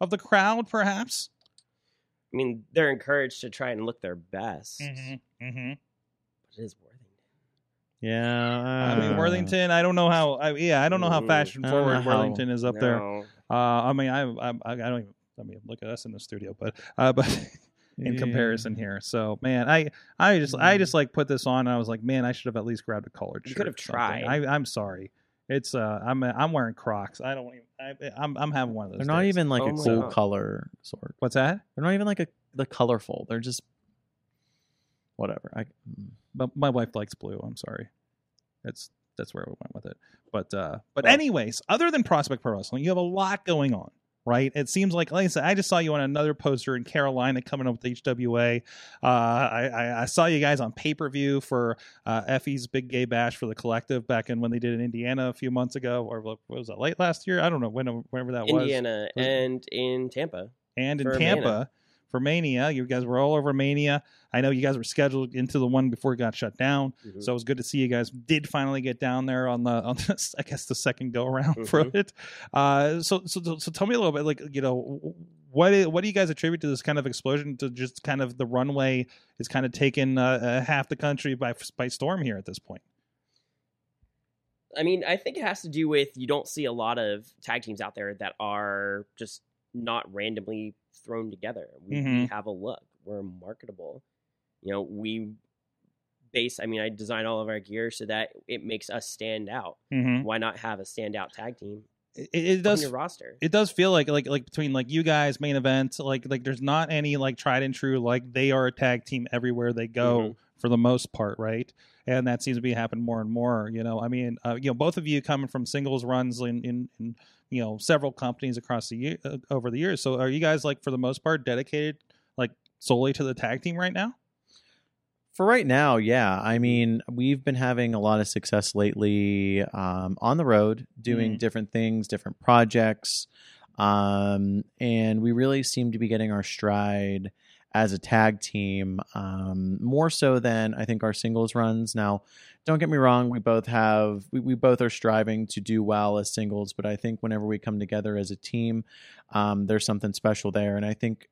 of the crowd perhaps? I mean, they're encouraged to try and look their best. Mm-hmm. But it is Worthington. Yeah. I mean Worthington. I don't know how. I, yeah, Uh, I don't know how Mm. fashion I don't forward know how- Worthington is up there. No. Uh, I mean, I, I I don't even. I mean, look at us in the studio, but uh, but *laughs* in comparison here. So man, I I just I just like put this on and I was like, man, I should have at least grabbed a colored Mm-hmm. You shirt. could have or something. tried. I, I'm sorry. It's uh, I'm I'm wearing Crocs. I don't even. I, I'm I'm having one of those. They're not days. even like Oh a my cool God. color sort. What's that? They're not even like a the colorful. They're just whatever. I mm. But my wife likes blue. I'm sorry. That's that's where we went with it. But uh, but Well- anyways, other than Prospect Pro Wrestling, you have a lot going on, right? It seems like, like I said, I just saw you on another poster in Carolina coming up with HWA. Uh, I, I I saw you guys on pay per view for uh, Effie's Big Gay Bash for the Collective back in when they did in Indiana a few months ago, or what was that late last year? I don't know when whenever that was Indiana was- and in Tampa. and in for Tampa Mania. for Mania. You guys were all over Mania. I know you guys were scheduled into the one before it got shut down. Mhm. So it was good to see you guys did finally get down there on the on the, *laughs* I guess the second go around *laughs* for Mhm. it. Uh, so so so tell me a little bit like you know what i- what do you guys attribute to this kind of explosion to just kind of the runway is kind of taken uh, uh, half the country by by storm here at this point. I mean, I think it has to do with you don't see a lot of tag teams out there that are just not randomly thrown together. We, we Mhm. have a look. We're marketable. You know, we base. I mean, I design all of our gear so that it makes us stand out. Mm-hmm. Why not have a standout tag team It, it on does your roster? it does feel like like like between like you guys main event like like there's not any like tried and true like they are a tag team everywhere they go for the most part right and that seems to be happening more and more you know i mean uh, you know both of you coming from singles runs in in, in you know several companies across the year uh, over the years so are you guys like for the most part dedicated like solely to the tag team right now For right now, yeah. I mean, we've been having a lot of success lately um, on the road, doing Mhm. different things, different projects. Um, and we really seem to be getting our stride as a tag team, um, more so than I think our singles runs. Now, don't get me wrong, we both have, we, we both are striving to do well as singles, but I think whenever we come together as a team, um, there's something special there. And I think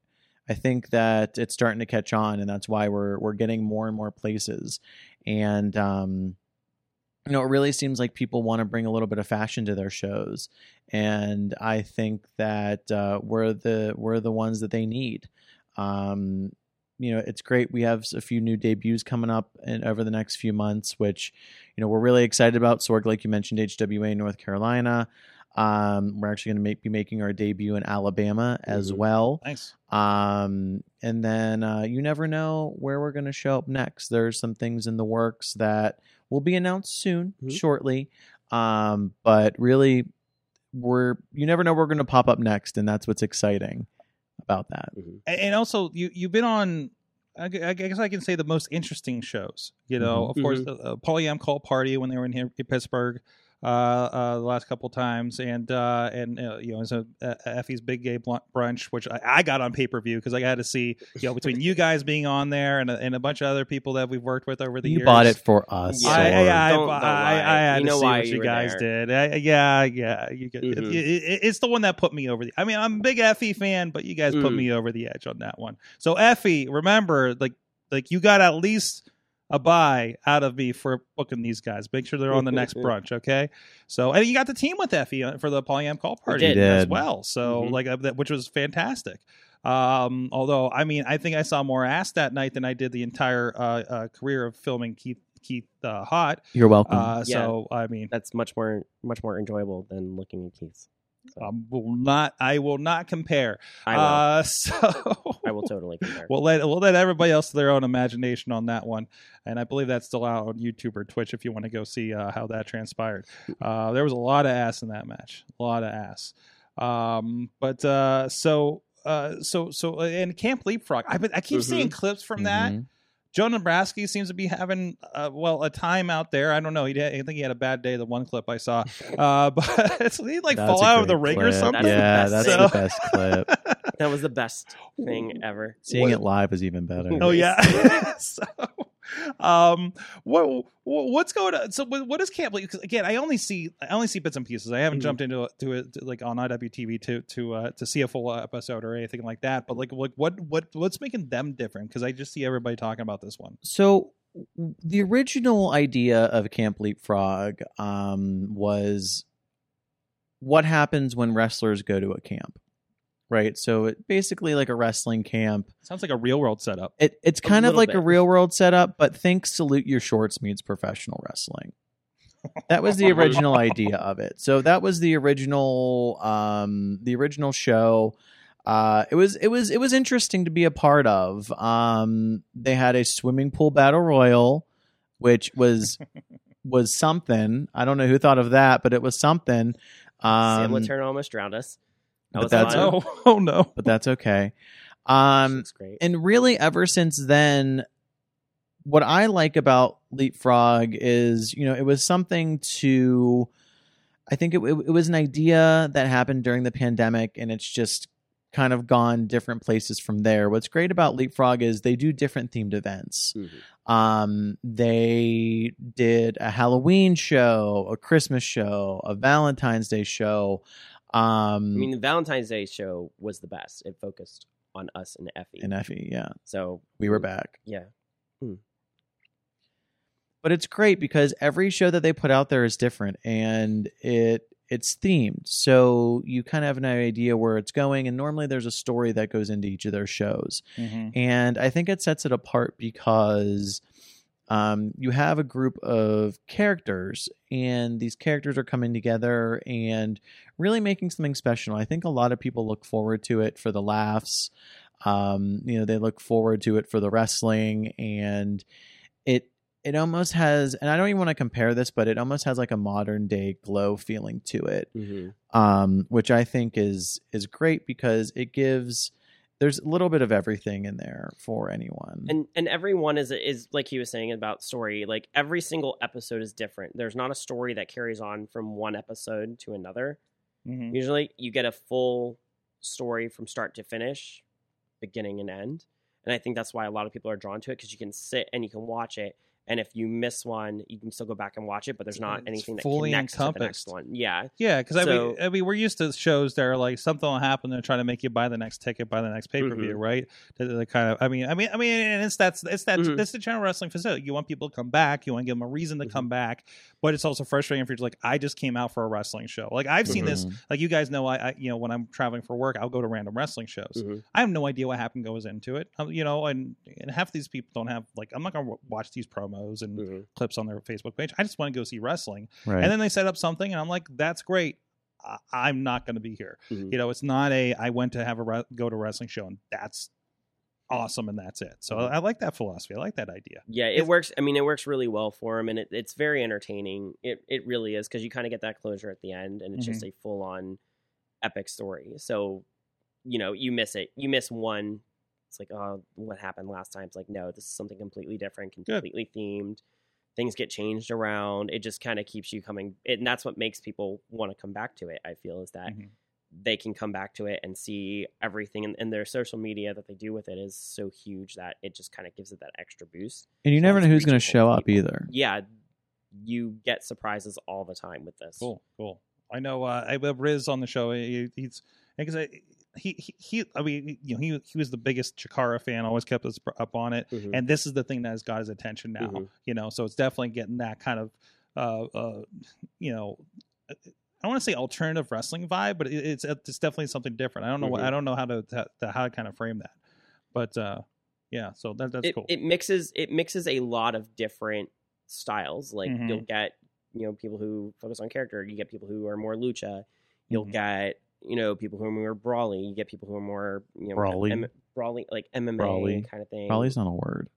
I think that it's starting to catch on, and that's why we're we're getting more and more places. And um, you know, it really seems like people want to bring a little bit of fashion to their shows, and I think that uh, we're the we're the ones that they need. Um, you know, it's great. We have a few new debuts coming up and over the next few months, which you know we're really excited about. Sorg, like you mentioned, HWA in North Carolina. Um, we're actually going to make, be making our debut in Alabama as Mhm. well. Nice. Um, and then uh, you never know where we're going to show up next. There's some things in the works that will be announced soon, Mm-hmm. Mhm. shortly. Um, but really, we're you never know where we're going to pop up next, and that's what's exciting about that. and, and also you you've been on I gu- I guess I can say the most interesting shows. You know, of course, the uh, Polyam Cult Party when they were in here in Pittsburgh uh, uh, the last couple times, and uh, and uh, you know, as a, uh Effie's Big Gay Bl- Brunch, which I, I got on pay per view because I had to see you know between you guys being on there and a, and a bunch of other people that we've worked with over the you years. bought it for us. Yeah. I, Sorg. I, I, Don't- don't I, lie. I, I had You to know see why what you you were guys there. did. I, yeah, yeah. You, get- it, Mhm. it- it's the one that put me over the. I mean, I'm a big Effie fan, but you guys put Mm. me over the edge on that one. So Effie, remember, like, like you got at least a buy out of me for booking these guys. Make sure they're on the *laughs* next brunch, okay? So and you got the team with Effie uh, for the Polyam call party did. as did. well. So Mhm. like uh, that, which was fantastic. Um, although I mean, I think I saw more ass that night than I did the entire uh, uh, career of filming Keith Keith uh, Hot. You're Mm-hmm. welcome. Uh, So I mean, That's much more much more enjoyable than looking at Keith's. I um, will not. I will not compare. I will. Uh, *laughs* so I will totally compare. We'll let we'll let everybody else to their own imagination on that one, and I believe that's still out on YouTube or Twitch if you want to go see uh, how that transpired. Uh, there was a lot of ass in that match, a lot of ass. Um, but uh, so uh, so so uh, and Camp Leapfrog, I I keep Mhm. seeing clips from that. Mhm. Joe Nebraski seems to be having uh, well a time out there. I don't know. He did, I think he had a bad day. The one clip I *laughs* saw, uh, *laughs* but it's, he like That's fall a out of the great ring or clip. something. *laughs* Yeah, That's that's the the best best clip. that was the best thing ever. Seeing it live is even better. Oh Nice. yeah. *laughs* so, um, what what- what's going on? So what, what is Camp Lee? Because again, I only see I only see bits and pieces. I haven't Mhm. jumped into it- to it to, like on IWTV to to uh, to see a full episode or anything like that. But like what what what what's making them different? Because I just see everybody talking about this one. so w- the original idea of Camp Leapfrog um, was what happens when wrestlers go to a camp, right? So it basically like a wrestling camp. Sounds like a real world setup. It, it's kind of little like a bit. real world setup, but think salute your shorts means professional wrestling. That *laughs* was the original idea of it. So that was the original, um, the original show. Uh, it was it was it was interesting to be a part of. Um, they had a swimming pool battle royal, which *laughs* was was something. I don't know who thought of that, but it was something. Sam Um, Laterna almost drowned us. That But was that's- fun. Oh *laughs* oh no. but that's okay. Um, Looks great. and really ever since then what i like about leapfrog is you know it was something to i think it, it, it was an idea that happened during the pandemic and it's just kind of gone different places from there what's great about leapfrog is they do different themed events Mhm. um, they did a halloween show a christmas show a valentine's day show um, I mean, the Valentine's Day show was the best. It focused on us and Effie. and uh, effie yeah so we were back yeah, but it's great because every show that they put out there is different and it it's themed so you kind of have an idea where it's going and normally there's a story that goes into each of their shows and i think it sets it apart because um, you have a group of characters and these characters are coming together and really making something special i think a lot of people look forward to it for the laughs um, you know they look forward to it for the wrestling and it it almost has and i don't even want to compare this but it almost has like a modern day glow feeling to it mm-hmm. um, which I think is is great because it gives there's a little bit of everything in there for anyone. and and everyone is is like he was saying about story. Like every single episode is different. There's not a story that carries on from one episode to another. Mhm. Usually, you get a full story from start to finish, beginning and end. And I think that's why a lot of people are drawn to it because you can sit and you can watch it, And if you miss one, you can still go back and watch it, but there's not It's anything that fully connects to the encompassed. next one. Yeah, Yeah, because I, mean, So- I mean, we're used to shows that are like something will happen. They're trying to make you buy the next ticket, buy the next pay per view, right? The, the kind of, I mean, I mean, I mean, and it's that's it's that Mhm. that's the general wrestling facility. You want people to come back. You want to give them a reason to come back, but it's also frustrating if you're just like, I just came out for a wrestling show. Like I've seen this. Mm-hmm. Like you guys know, I, I you know when I'm traveling for work, I'll go to random wrestling shows. Mhm. I have no idea what happened goes into it. Um, you know, and and half these people don't have like I'm not gonna w- watch these promos and Mhm. clips on their Facebook page. I just want to go see wrestling. Right. And then they set up something, and I'm like, that's great. I- I'm not going to be here. Mhm. You know, it's not a I went to have a re- go to a wrestling show, and that's awesome, and that's it. So I, I like that philosophy. I like that idea. yeah, it works. I mean, it works really well for him, and it, it's very entertaining. It it really is because you kind of get that closure at the end, and it's just a full on epic story. So, you know, you miss it, you miss one. It's like, oh, what happened last time? It's like, no, this is something completely different, completely themed. Things get changed around. It just kind of keeps you coming, it, and that's what makes people want to come back to it. I feel is that Mhm. they can come back to it and see everything and, and their social media that they do with it is so huge that it just kind of gives it that extra boost And you never know who's going to reachable show to up people. either. yeah you get surprises all the time with this Cool, cool. I know. Uh, I have Riz on the show. He, he's because I. He, he, he, I mean, you know, he he was the biggest Chikara fan. Always kept us up on it, Mhm. and this is the thing that has got his attention now. Mhm. You know, so it's definitely getting that kind of, uh, uh you know, uh, I want to say alternative wrestling vibe, but it, it's it's definitely something different. I don't know what Mhm. I don't know how to, to, to how to kind of frame that, but uh, yeah, so that that's it, cool. it mixes it mixes a lot of different styles like Mhm. you'll get you know people who focus on character you get people who are more lucha you'll Mhm. get you know people who are more brawly you get people who are more you know Brawly. M- brawly like mma Brawly. kind of thing Probably's not a word.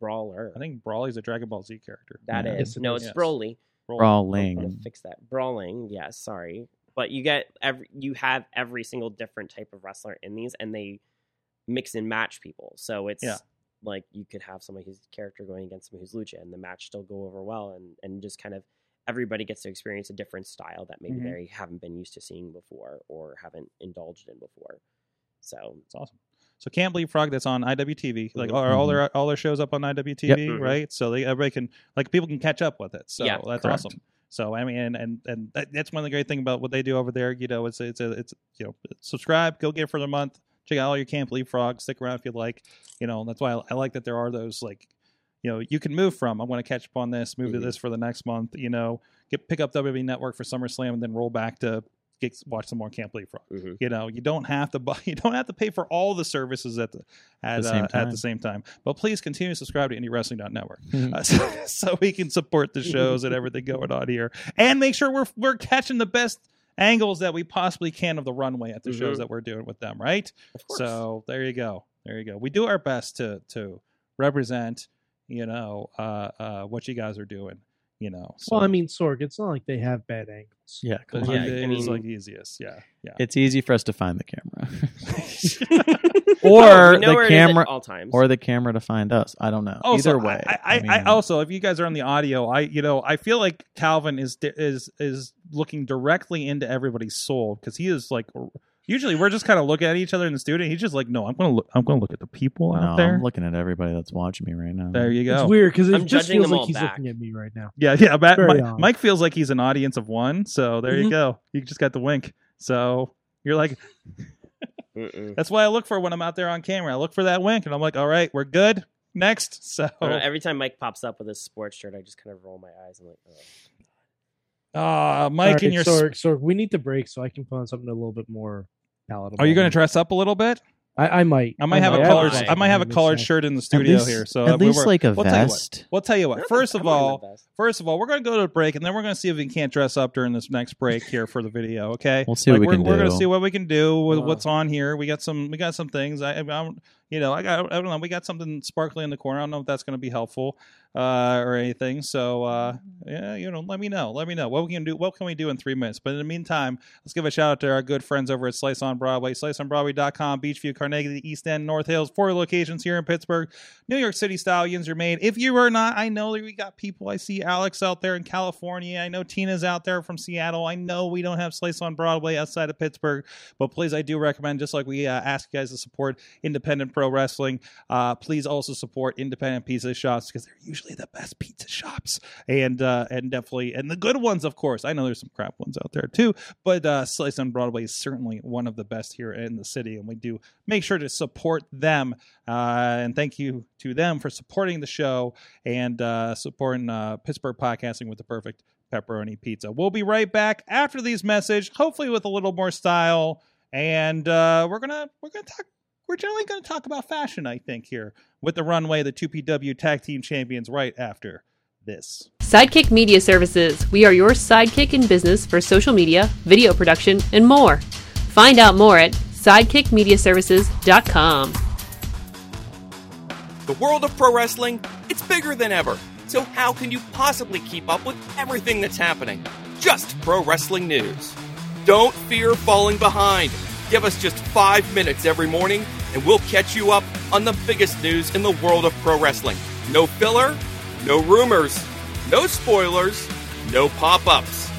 brawler I think Brawley's a Dragon Ball Z character. that Yeah. is Yes, it no is. it's broly I'm gonna Brawling. fix that. Brawling, yeah, sorry. But you get every you have every single different type of wrestler in these and they mix and match people. So it's Yeah. like you could have someone whose character going against someone who's lucha and the match still go over well and, and just kind of everybody gets to experience a different style that maybe Mhm. they haven't been used to seeing before or haven't indulged in before. So It's awesome. So can't believe frog that's on IWTV. Like Mhm. all, all their all their shows up on IWTV, Mhm. right? So they everybody can like people can catch up with it. So Yeah, that's correct. awesome. So I mean, and and, and that, that's one of the great thing about what they do over there. You know, it's it's a, it's you know subscribe, go get it for the month, check out all your can't believe frog, stick around if you like. You know, and that's why I, I like that there are those like. You know, you can move from. I'm going to catch up on this, move Mhm. to this for the next month. You know, get pick up WWE Network for SummerSlam, and then roll back to get watch some more Can't Believe Frog mm-hmm. you know you don't have to buy *laughs* you don't have to pay for all the services at the at, the uh, same at time. Mm. the same time but please continue to subscribe to indiewrestling.network uh, *laughs* so, so we can support the shows and everything going on here and make sure we're we're catching the best angles that we possibly can of the runway at the shows Mhm. that we're doing with them right of course. so there you go there you go we do our best to to represent you know uh uh what you guys are doing you know so Well, I mean, Sorg, it's not like they have bad angles. Yeah, the come on. Yeah, I Monday is mean- like easiest yeah yeah It's easy for us to find the camera, or *laughs* Oh, You know where the it is at camera, all times. or the camera to find us. I don't know. Oh, Either so way, I, I, I, mean, also, if you guys are on the audio, I you know I feel like Calvin is is is looking directly into everybody's soul because he is like. Usually, we're just kind of looking at each other in the studio. He's just like, "No, I'm gonna look. I'm gonna look at the people no, out there." I'm looking at everybody that's watching me right now. there you go. It's weird because it I'm just judging feels them like all he's back. looking at me right now. Yeah, yeah. Matt, Very Mike, odd. Mike feels like he's an audience of one. So there you Mhm. go. You just got the wink. So you're like, Mm-mm. that's what I look for when I'm out there on camera. I look for that wink, and I'm like, "All right, we're good. Next." So I don't know, every time Mike pops up with his sports shirt, I just kind of roll my eyes and like, oh. Ah, Mike, All and right, your Sorg, Sorg, we need to break so I can put on something a little bit more palatable. are you going to dress up a little bit? I, I might. I might have a might. colored. Might. I might have a colored shirt. shirt in the studio least- here. So at uh, we least were- like a we'll tell you what. vest. We'll tell you what. Not the- First of I'm wearing the all, vest. first of all, we're going to go to a break, and then we're going to see if we can't dress up during this next break here for the video. Okay. We'll see Like, what we we're, can We're going to do. see what we can do with Uh. what's on here. We got some. We got some things. I, I don't, you know, I got. I don't know. We got something sparkly in the corner. I don't know if that's going to be helpful uh, or anything. So uh, yeah, you know, let me know. Let me know what we can do. What can we do in three minutes? But in the meantime, let's give a shout out to our good friends over at Slice on Broadway, sliceonbroadway.com, Beachview, Carnegie, East End, North Hills, four locations here in Pittsburgh. New York City style yins are made. If you are not, I know that we got people. I see Alex out there in California. I know Tina's out there from Seattle. I know we don't have Slice on Broadway outside of Pittsburgh, but please, I do recommend, just like we uh, ask you guys to support independent pro wrestling, uh, please also support independent pizza shops because they're usually usually the best pizza shops, and uh, and definitely and the good ones, of course. I know there's some crap ones out there too, but uh, Slice on Broadway is certainly one of the best here in the city, and we do make sure to support them. Uh, and thank you to them for supporting the show and uh, supporting uh, Pittsburgh podcasting with the perfect pepperoni pizza. We'll be right back after these message, hopefully with a little more style, and uh, we're gonna we're gonna talk. We're generally going to talk about fashion, I think, here with the runway, the 2PW Tag Team Champions, right after this. Sidekick Media Services. We are your sidekick in business for social media, video production, and more. Find out more at sidekickmediaservices.com. The world of pro wrestling, it's bigger than ever. So how can you possibly keep up with everything that's happening? Just pro wrestling news. Don't fear falling behind. Give us just 5 minutes every morning and we'll catch you up on the biggest news in the world of pro wrestling. No filler, no rumors, no spoilers, no pop-ups.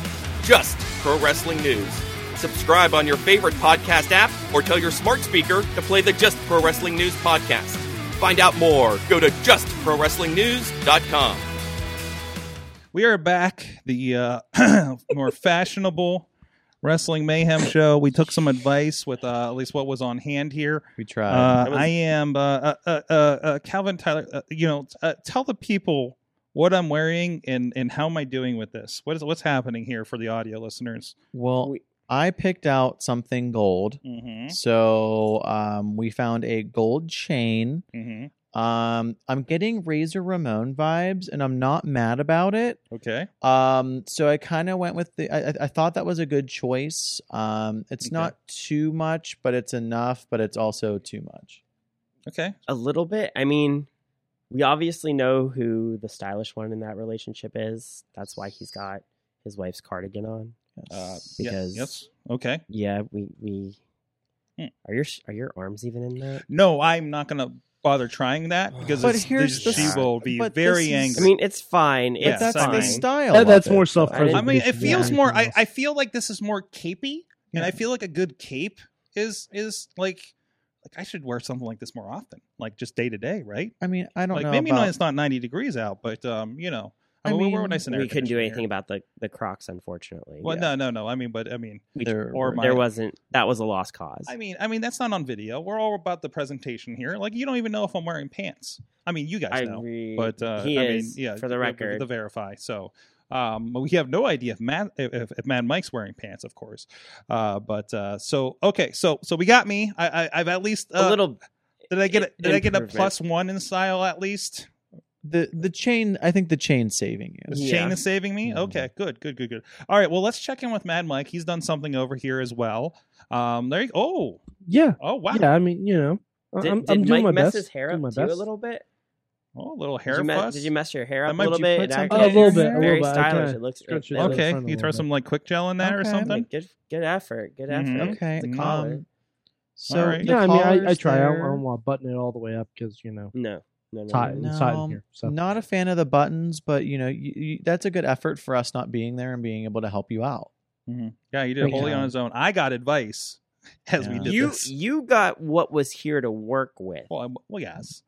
Just pro wrestling news. Subscribe on your favorite podcast app or tell your smart speaker to play the Just Pro Wrestling News podcast. Find out more. Go to justprowrestlingnews.com. We are back. The uh, *coughs* more fashionable wrestling mayhem show. We took some advice with uh, at least what was on hand here. We tried. Uh, I am uh, uh, uh, uh, uh, Calvin Tyler. Uh, you know, uh, tell the people what I'm wearing and and how am I doing with this? What is what's happening here for the audio listeners? well, I picked out something gold. Mm-hmm. So um, we found a gold chain. Mm-hmm. Um, I'm getting Razor Ramon vibes, and I'm not mad about it. Okay. Um, so I kind of went with the. I, I- I thought that was a good choice. Um, it's Okay. not too much, but it's enough. But it's also too much. Okay. a little bit. I mean, we obviously know who the stylish one in that relationship is. That's why he's got his wife's cardigan on. Uh, yeah, Because yes. Okay. yeah, we we Hmm. are your sh- are your arms even in that? No, I'm not gonna bother trying that because But it's, here's this- the she s- will be but very this is- angry. I mean, it's fine. Yeah, it's but that's fine. the style. That- of that's it. more self I mean, it Yeah. feels more. I, I feel like this is more capey, and I feel like a good cape is is like like I should wear something like this more often, like just day to day, right? I mean, I don't Like know. maybe about- not, it's not ninety degrees out, but um, you know, I, I mean, we're mean, nice and we air couldn't do conditioned anything here. about the the Crocs, unfortunately. Well, no, Yeah. no, no. I mean, but I mean, There or were- my- there wasn't. That was a lost cause. I mean, I mean that's not on video. We're all about the presentation here. Like you don't even know if I'm wearing pants. I mean, you guys I know. agree. but uh, he I is, mean, yeah, for we- the we- record. to verify. So um, we have no idea if Matt if, if Mad Mike's wearing pants, of course. Uh, but uh, so okay, so so we got me. I, I I've at least uh, a little. Did I get a, i- did I get a improvement. plus one in style at least? the the chain. I think the chain's saving you. This Yeah. chain is saving me. Mhm. Okay, good, good, good, good. All right, well let's check in with Mad Mike. He's done something over here as well. Um, there you. Oh, Yeah. oh wow. Yeah, I mean, you know, I- Did, I'm, did I'm doing Mike my mess best. his hair doing up my too best. a little bit? Oh, a little Did hair you, me- fuss. did you mess your hair That up a might- little you bit? put It something actually- in A little bit, a Very little bit. I stylish. kinda It looks it- stretched it it out. looks- okay, front a you little throw bit. some like quick gel in there or Okay. something. Good, good effort. Good Mhm. effort. Okay. The mm, collar. Um, so All right. the yeah, I mean, I, I collars try. I don't, I there- don't want to button it all the way up because you know, no, no, no, tight, no. it's tight in here. So Um, Not a fan of the buttons, but you know you, you, that's a good effort for us not being there and being able to help you out. Yeah, you did it Yeah. wholly on his own. I got advice as we Yeah. did You this. you got what was here to work with. Well, I'm- well, yes,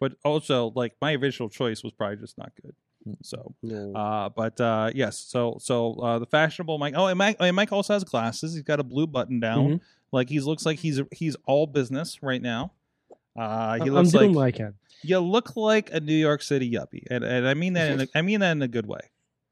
but also like my visual choice was probably just not good. So, No. uh, but uh, yes, so so uh, the fashionable Mike. Oh, and Mike, and Mike also has glasses. He's got a blue button down. Mhm. Like he looks like he's he's all business right now. Uh, he I'm I'm looks doing like *laughs* what I can. you look like a New York City yuppie, and, and I mean that in a, I mean that in a good way.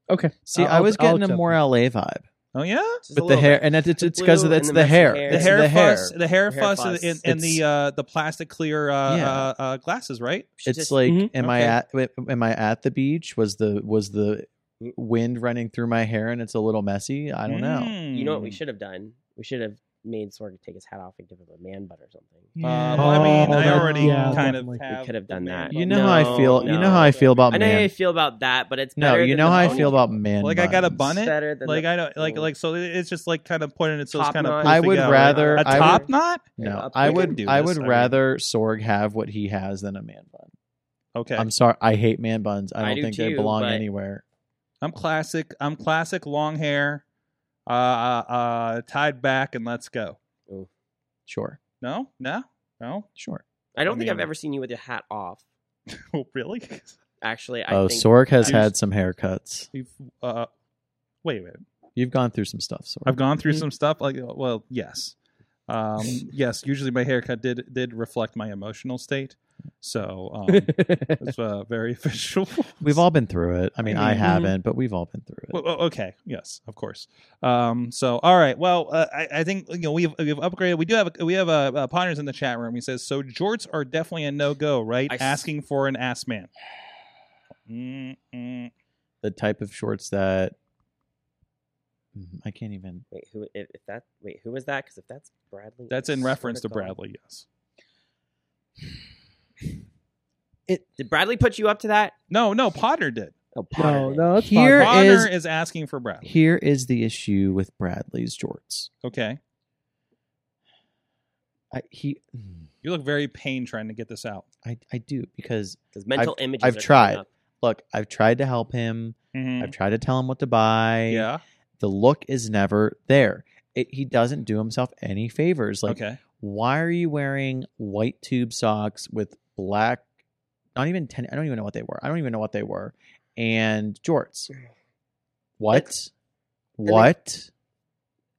Okay. See, I'll- I was I'll getting a accept more it. LA vibe Oh yeah, Just a with the little hair, bit. and that, it's The because blue that's and the the hair. messy hair. the It's hair, the hair. fuss, the hair, The hair fuss, fuss. and, and the It's- uh, the plastic clear uh, Yeah. uh, uh, glasses, right? It's Just- like, Mhm. am I Okay. at wa- am I at the beach? Was the was the wind running through my hair and it's a little messy? I don't know. Hmm. You know what we should have done? We should have made Sorg take his hat off and give him a man bun or something. Uh, well, I mean, Oh, I that- already yeah, kind definitely. of We have could have the done man that. bun. Oh, you know how I No, feel. You know how I no. feel about I know how you Oh, man. feel about that, but it's No, better you than know how the I whole- feel about man. Like, I got a buns. bun it? It's better than Like the I don't like whole- like so it- it's just like kind of pointing it so it's Top kind of knot. I would poofing out. rather- a I top would- knot. Yeah, No, we I can would. do I this. would I mean- rather Sorg have what he has than a man bun. Okay, I'm, I'm sorry, I hate man buns. I I don't do think they too, belong but- anywhere. classic. I'm classic long hair, uh, uh, uh, tied back, and let's go. Sure, No, no, *laughs* no. sure. I don't I think I've mean- ever seen you with your hat off. Oh, really? *laughs* Actually, I Oh, think Sork has You've- had some haircuts. You've, uh, wait, wait. You've gone through some stuff, Sork. I've gone through some stuff. Like, well, yes, um, yes. Usually, my haircut did did reflect my emotional state, so um, it's uh, very *laughs* visual. We've all been through it. I mean, I mm-hmm. Mhm. haven't, but we've all been through it. Well, oh, okay. Yes, of course. Um, so, all right. Well, uh, I, I think you know we've we've upgraded. We do have a, we have a, uh Ponders in the chat room. He says so. Jorts are definitely a no go, right? I s- Asking for an ass man. Mm, mm. the type of shorts that Mm, I can't even. Wait, who? If, if that? Wait, who was that? Because if that's Bradley, That's in I swear reference to God. Bradley. Yes. Did Bradley put you up to that? No, no. Potter did. Oh, no, no, that's fine. Here Potter is is, asking for Bradley. here is the issue with Bradley's jorts. Okay. I he mm, You look very pain trying to get this out. I, I do because Because mental images. are I've coming tried. up. look, I've tried to help him. Mm. Mm-hmm. Mhm. I've tried to tell him what to buy. Yeah. The look is never there. It, he doesn't do himself any favors. Like okay. why are you wearing white tube socks with black not even 10 i don't even know what they were i don't even know what they were and jorts what what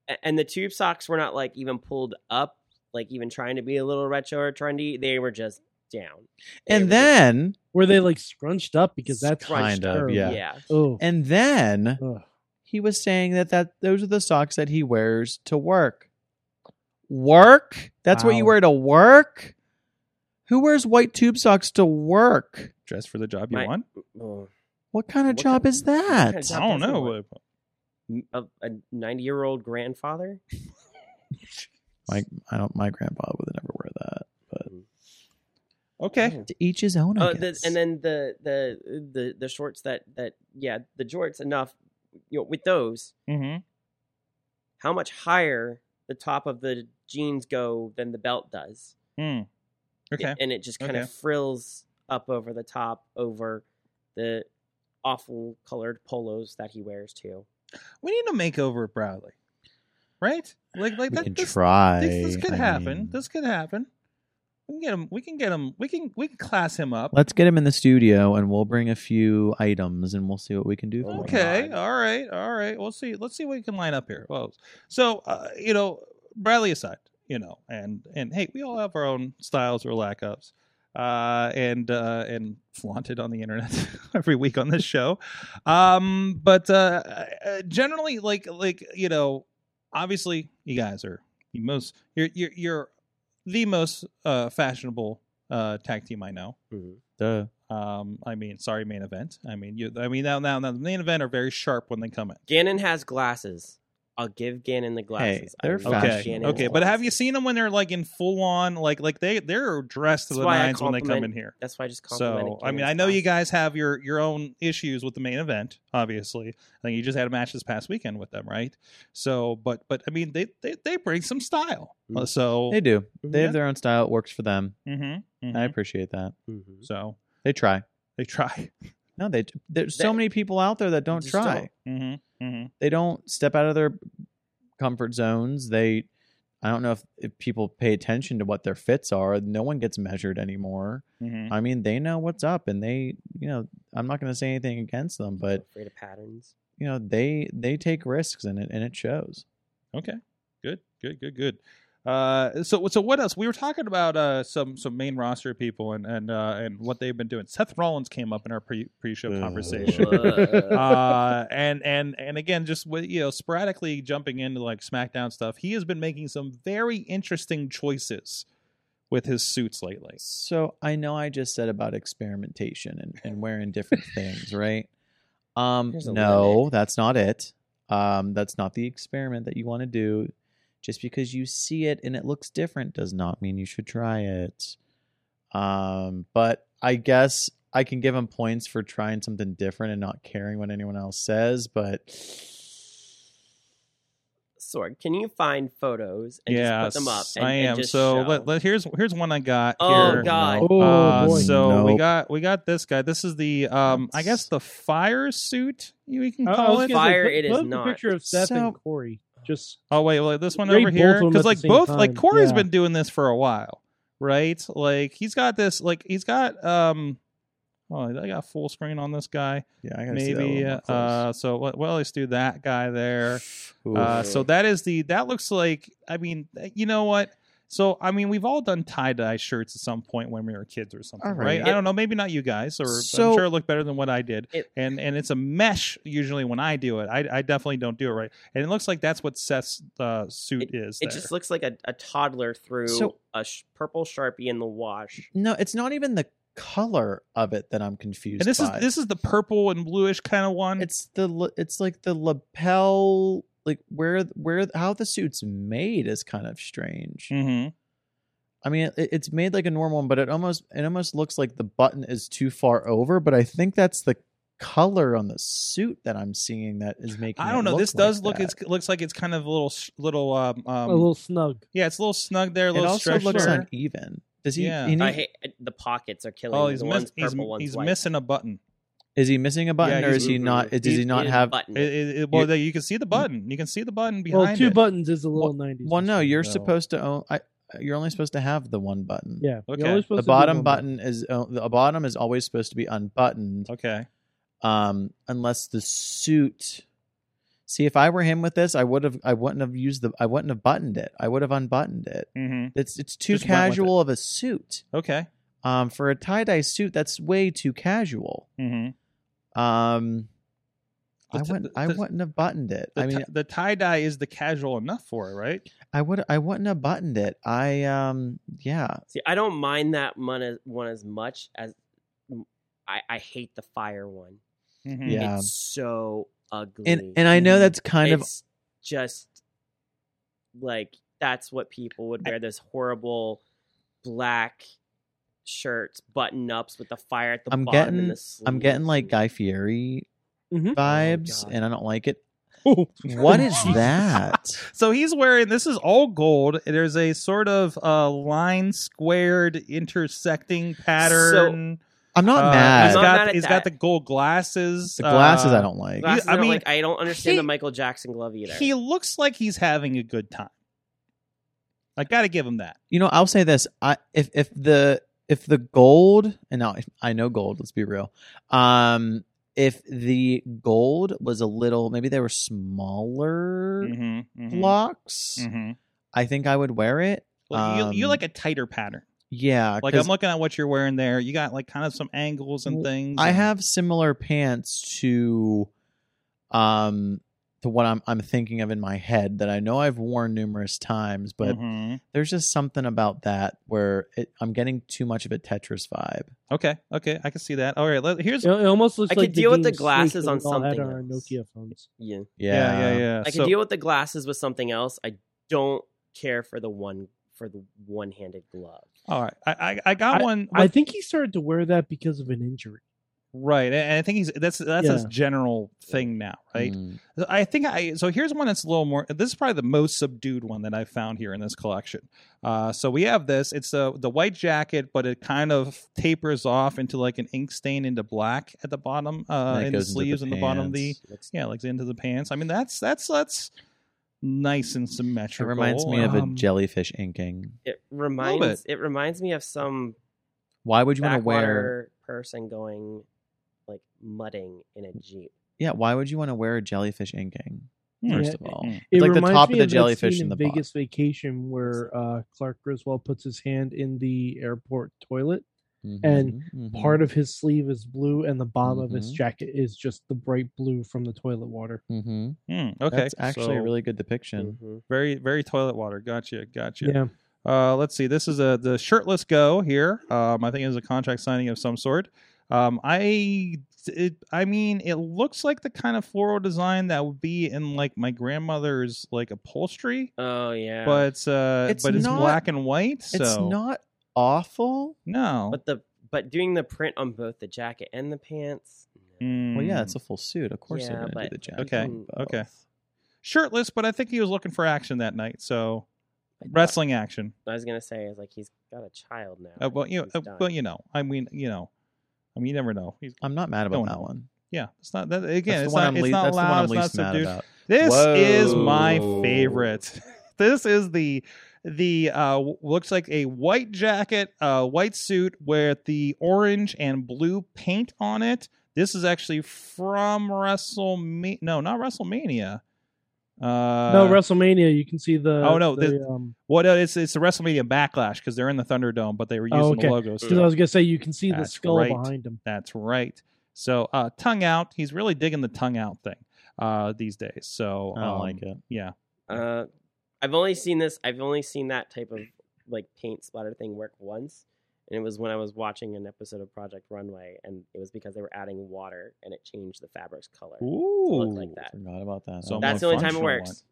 A- And the tube socks were not like even pulled up, like even trying to be a little retro or trendy. They were just down. They were and just- then Were they like scrunched up because that's Kind of, terrible. yeah. Oh, and then ugh. he was saying that that those are the socks that he wears to work work that's what you Wow. wear to work who wears white tube socks to work Dress for the job you My- want. Oh, what kind of What job kind- is what kind of that I job don't does he know. want? a a ninety year old grandfather. my, i don't my grandpa would never wear that Okay. to each his Oh, own I Uh, the, guess. and then the the the the shorts that that yeah the jorts enough. You know, with those, Oh. hmm how much higher the top of the jeans go than the belt does. Mm. Okay. It- and it just kind Okay. of frills up over the top over the awful colored polos that he wears too. we need to make over at Bradley, right? Like, like we that. can This, try. this, this could I happen. mean, This could happen. We can get him. We can get him. We can. We can class him up. Let's get him in the studio, and we'll bring a few items, and we'll see what we can do. for Oh my him. okay. God. All right. All right. We'll see. Let's see what we can line up here. Well, so uh, you know, Bradley aside, you know, and and hey, we all have our own styles or lack ups. Uh, and uh, and flaunted on the internet *laughs* every week on this show, um, but uh, uh, generally, like like you know, obviously you guys are the most you're you're, you're the most uh, fashionable uh, tag team I know. Duh. Um, I mean, sorry, main event. I mean, you. I mean, now, now, now, the main event are very sharp when they come in. Gannon has glasses. I'll give Gannon the glasses. I they're love Okay, Fashionable. okay, but have you seen them when they're like in full on, like, like they they're dressed to That's the why I nines when they come in compliment- here. That's why I just complimented. So, I mean, Gannon's I know you guys glasses. have your your own issues with the main event. Obviously, I think you just had a match this past weekend with them, right? So, but but I mean, they they, they bring some style. Mm-hmm. Uh, So, They do. They Yeah. have their own style. It works for them. Mhm, mhm. I appreciate that. Mm-hmm. so They try. they try. *laughs* No, they. There's They- so many people out there that don't Just try. don't. hmm hmm They don't step out of their comfort zones. They. I don't know if, if people pay attention to what their fits are. No one gets measured anymore. hmm I mean, they know what's up, and they, you know, I'm not going to say anything against them, but afraid of patterns. you know they they take risks and it and it shows. Okay. Good. Good. Good. Good. Uh, so so what else? We were talking about uh some some main roster people and and uh, and what they've been doing. Seth Rollins came up in our pre pre show *laughs* Ugh. conversation. Uh, uh and and and again just with you know sporadically jumping into like smackdown stuff he has been making some very interesting choices with his suits lately So I know I just said about experimentation and, and wearing different things, right? Um Here's a no, limit. that's not it. Um that's not the experiment that you want to do. Just because you see it and it looks different does not mean you should try it. Um but I guess I can give him points for trying something different and not caring what anyone else says, but Sorg, can you find photos and just put them up? Yes, And, I and am. just so show? let, let- here's here's one I got Oh, here. God. Oh, Uh, boy. so we Nope. got we got this guy. This is the um I guess the fire suit you can Oh, I- I was call it. gonna say, Fire put- it is put up a not. picture of Seth So- and Corey. Just Oh wait, well this one Ray over here both of them because at the like same both like time, Corey's yeah. been doing this for a while, right? Like he's got this like he's got um Oh, I got full screen on this guy. Yeah, I gotta see that a Maybe. little more close. Uh, so what- well, let's do that guy there. Ooh. Uh, so that is the that looks like I mean uh, you know what so I mean we've all done tie dye shirts at some point when we were kids or something All right, right. I don't know maybe not you guys or I'm So- sure it looked better than what I did It- and and it's a mesh usually when I do it I, I definitely don't do it right and it looks like that's what Seth's uh, suit is. It there. just looks like a, a toddler threw So- a sh- purple sharpie in the wash. no, it's not even the color of it that I'm confused. and this is by. this is the purple and bluish kind of one It's the la- it's like the lapel, like where where how the suit's made is kind of strange. hmm I mean, it, it's made like a normal one, but it almost it almost looks like the button is too far over. But I think that's the color on the suit that I'm seeing that is making. I it don't know look this like does look that. it's looks like it's kind of a little sh- little um, um a little snug. yeah it's a little snug there a It little also stretched looks there. uneven. Does he? Yeah. he need- I hate uh, the pockets are killing. oh me. he's the miss- one's he's, purple, one's he's white. missing a button is he missing a button, Yeah, or he's- is he not? Does It- he it not is have? button. It, it, it- well, You- there- you can see the button. You can see the button behind Well, two it. buttons is a little nineties. Well, no, you're No. supposed to. own I, you're only supposed to have the one button. Yeah, you're Okay. only supposed The to do bottom one *laughs* button is uh, the bottom is always supposed to be unbuttoned, okay. um, unless the suit. See, if I were him with this, I would have. I wouldn't have used the. I wouldn't have buttoned it. I would have unbuttoned it. hmm It's it's too Just went with it. casual of a suit. Okay. Um, for a tie dye suit, that's way too casual. hmm Um, The I t- wouldn't. the- I the- wouldn't have buttoned it. The, I mean, the tie dye is the casual enough for it, right? I would. I wouldn't have buttoned it. I um. Yeah. See, I don't mind that one as, one as much as I, I hate the fire one. Mhm. Yeah. It's so ugly. And and I know that's kind of it's just like that's what people would wear those horrible black shirts, button ups with the fire at the I'm bottom getting- and the sleeve. I'm getting like Guy Fieri Mm-hmm. Mhm. vibes, God. and I don't like it. button. What is that? So he's wearing this is all gold. There's a sort of uh, line squared intersecting pattern. *laughs* I'm not Uh, He's mad. I'm not got mad at he's got that. the gold glasses. the glasses uh, I don't like. Glasses I I mean, mean, like I don't understand the he- Michael Jackson glove either. He looks like he's having a good time. I got to give him that. You know, I'll say this. I if if the if the gold and now I know gold, let's be real. Um if the gold was a little maybe they were smaller Mm-hmm, blocks, I think I would wear it. you, you Um, like a tighter pattern. Yeah. Like 'cause I'm looking at what you're wearing there. You got like kind of some angles and Well, things. I and- have similar pants to um to what I'm I'm thinking of in my head that I know I've worn numerous times, but Mhm. there's just something about that where it, I'm getting too much of a Tetris vibe. Okay, okay, I can see that. All right, let, here's *laughs* It, it almost looks I like could deal with the Dean Snake glasses that on we all had something on our else. Nokia phones. yeah. yeah, yeah, yeah. I can So- deal with the glasses with something else. I don't care for the one for the one handed glove. All right, I I, I got one I with- think he started to wear that because of an injury. right, and I think he's that's that's his Yeah. general thing now, right? Mm. I think I so here's one that's a little more. This is probably the most subdued one that I found here in this collection. Uh, so we have this. It's the the white jacket, but it kind of tapers off into like an ink stain into black at the bottom, And uh, it in the goes into sleeves and the bottom of the pants. yeah, like into the pants. I mean, that's that's that's nice and It symmetrical. reminds me of a Um, jellyfish inking. It reminds it reminds me of some Why would you want to wear? backwater person going like mudding in a jeep. Yeah, why would you want to wear a jellyfish inking? Hmm. Yeah. First Mm-hmm. of all, Mm. It like the reminds top me of the that jellyfish scene and in the bottom. Vegas Vacation where uh, Clark Griswold puts his hand in the airport toilet. Mm-hmm. and Part of his sleeve is blue, and the bottom of his Mm-hmm. Mhm. jacket is just the bright blue from the toilet water. hmm Hmm, okay, That's actually a so Mm. really good depiction. hmm very very toilet water. Gotcha, gotcha. Yeah, Uh, let's see. This is a the shirtless go here. Um, I think it was a contract signing of some sort. Um, I it, I mean, it looks like the kind of floral design that would be in like my grandmother's like upholstery, Oh yeah, but uh, It's but it's not- black and white. So It's not awful. no. but the but doing the print on both the jacket and the pants. no. Well, yeah, Mm. it's a full suit. Of course, Yeah, they're going to do but- the jacket. Okay, and okay. both. shirtless, but I think he was looking for action that night. So I thought- wrestling action. I was gonna say is like he's got a child now. Uh, well, you know, He's uh, done. well, you know. I mean, you know. I mean, you never know. He's, I'm not mad about Don't that know. one. yeah, it's not that That's again. the It's one not. I'm It's least- not that's the one loud. I'm It's not least mad subdued. about. *laughs* This is my Whoa. favorite. This is the the uh, w- looks like a white jacket, uh, white suit with the orange and blue paint on it. This is actually from WrestleMania. No, not WrestleMania. Uh, no, WrestleMania. You can see the. Oh, no, the, the- um, what? uh, It's it's the WrestleMania Backlash because they're in the Thunderdome, but they were Oh, using okay. the logo I still. was gonna say you can see the That's skull right. behind him. That's right. So uh, tongue out. He's really digging the tongue out thing uh, these days. So I don't um, like it. Yeah. Uh, I've only seen this. I've only seen that type of like paint splatter thing work once, and it was when I was watching an episode of Project Runway, and it was because they were adding water and it changed the fabric's color. to Ooh. look like that. Forgot about that. So Oh, That's more the only time it functional works. And it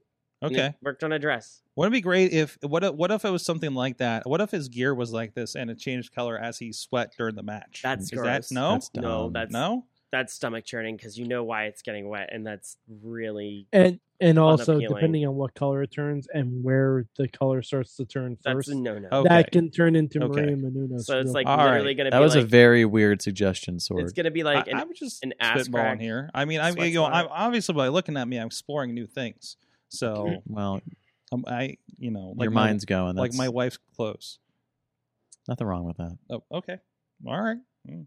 Okay. worked on a dress. Wouldn't it be great if what if, what if it was something like that? What if his gear was like this and it changed color as he sweat during the match? That's Is gross. that no? That's no, dumb. that's no? that's stomach churning because you know why it's getting wet, and that's really And and also Unappealing. depending on what color it turns and where the color starts to turn that's first, a no no. Okay. that can turn into Okay. Maria Menounos. So it's real like Oh, All literally right. gonna That be was like a very weird suggestion, it's Sword. gonna be like I, an I'm just an ass crack. spitballing here. I mean, I'm Sweat you know, I'm spot. obviously by looking at me, I'm exploring new things. Mm-hmm. So well, um, I, you know, like your my- mind's going. like That's my wife's clothes. nothing wrong with that. Oh, okay. All right. Mm.